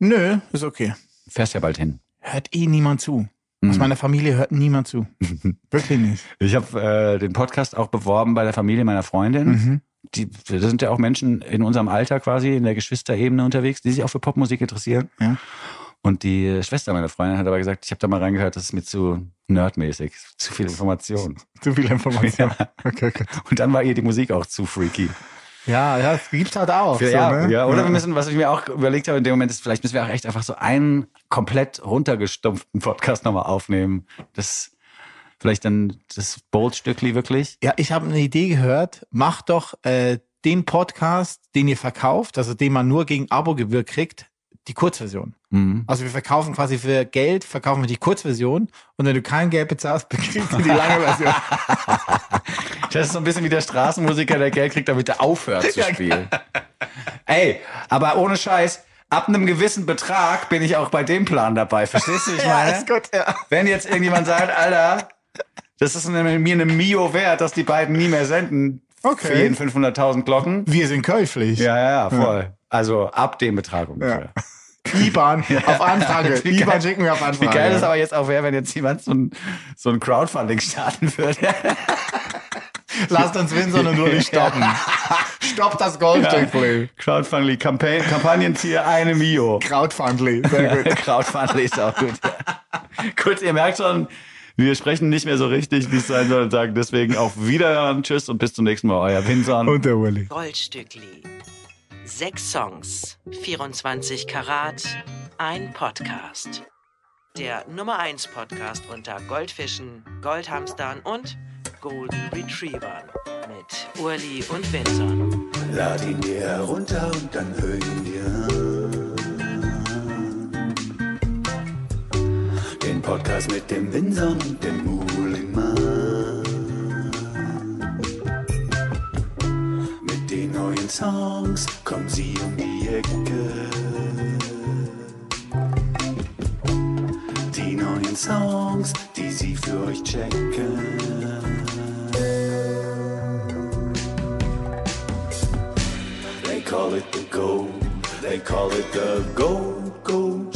Nö, ist okay.
Fährst ja bald hin.
Hört eh niemand zu.
Mhm.
Aus meiner Familie hört niemand zu. Wirklich nicht.
Ich habe äh, den Podcast auch beworben bei der Familie meiner Freundin.
Mhm.
Die, da sind ja auch Menschen in unserem Alter quasi, in der Geschwisterebene unterwegs, die sich auch für Popmusik interessieren.
Ja.
Und die äh, Schwester meiner Freundin hat aber gesagt, ich habe da mal reingehört, das ist mir zu nerdmäßig, zu viel Information.
Zu viel Information. Okay, gut.
Und dann war ihr die Musik auch zu freaky.
Ja, ja, das gibt's halt auch. so,
ja,
ne?
ja, oder wir müssen, was ich mir auch überlegt habe in dem Moment, ist, vielleicht müssen wir auch echt einfach so einen komplett runtergestumpften Podcast nochmal aufnehmen. Das vielleicht dann das Bold-Stückli wirklich.
Ja, ich habe eine Idee gehört. Macht doch äh, den Podcast, den ihr verkauft, also den man nur gegen Abogebühr kriegt, die Kurzversion.
Mhm.
Also wir verkaufen quasi für Geld, verkaufen wir die Kurzversion und wenn du kein Geld bezahlst, bekommst du die lange Version.
Das ist so ein bisschen wie der Straßenmusiker, der Geld kriegt, damit er aufhört zu spielen. Ey, aber ohne Scheiß, ab einem gewissen Betrag bin ich auch bei dem Plan dabei. Verstehst du, wie ich meine?
gut, ja.
Wenn jetzt irgendjemand sagt, Alter, das ist eine, mir eine Mio wert, dass die beiden nie mehr senden
Okay.
für jeden 500.000 Glocken.
Wir sind käuflich.
Ja, ja, ja, voll. Also ab dem Betrag ungefähr.
IBAN auf Anfrage.
Wie geil-
IBAN schicken wir auf Anfrage.
Wie geil das aber jetzt auch wäre, wenn jetzt jemand so ein, so ein Crowdfunding starten würde.
Lasst uns Winson und Uli stoppen. Stoppt das Goldstück,
Crowdfunding, Kampagnen, Kampagnenziel, eine Mio.
Crowdfundly. Sehr gut.
Crowdfunding ist auch gut. gut, ihr merkt schon, wir sprechen nicht mehr so richtig, wie es sein soll und sagen deswegen auf Wiederhören, tschüss und bis zum nächsten Mal, euer Vincent.
Und der Uli.
Goldstückli. Sechs Songs, 24 Karat, ein Podcast. Der Nummer 1 Podcast unter Goldfischen, Goldhamstern und Golden Retrievern mit Urli und Vincent.
Lad ihn dir herunter und dann hör ihn dir an. Den Podcast mit dem Winson und dem Muhlingmann. Mit den neuen
neuen Songs kommen sie um die Ecke. Die neuen Songs, die sie für euch checken. They call it the gold, they call it the gold, gold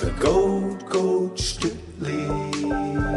The gold, gold Stückli.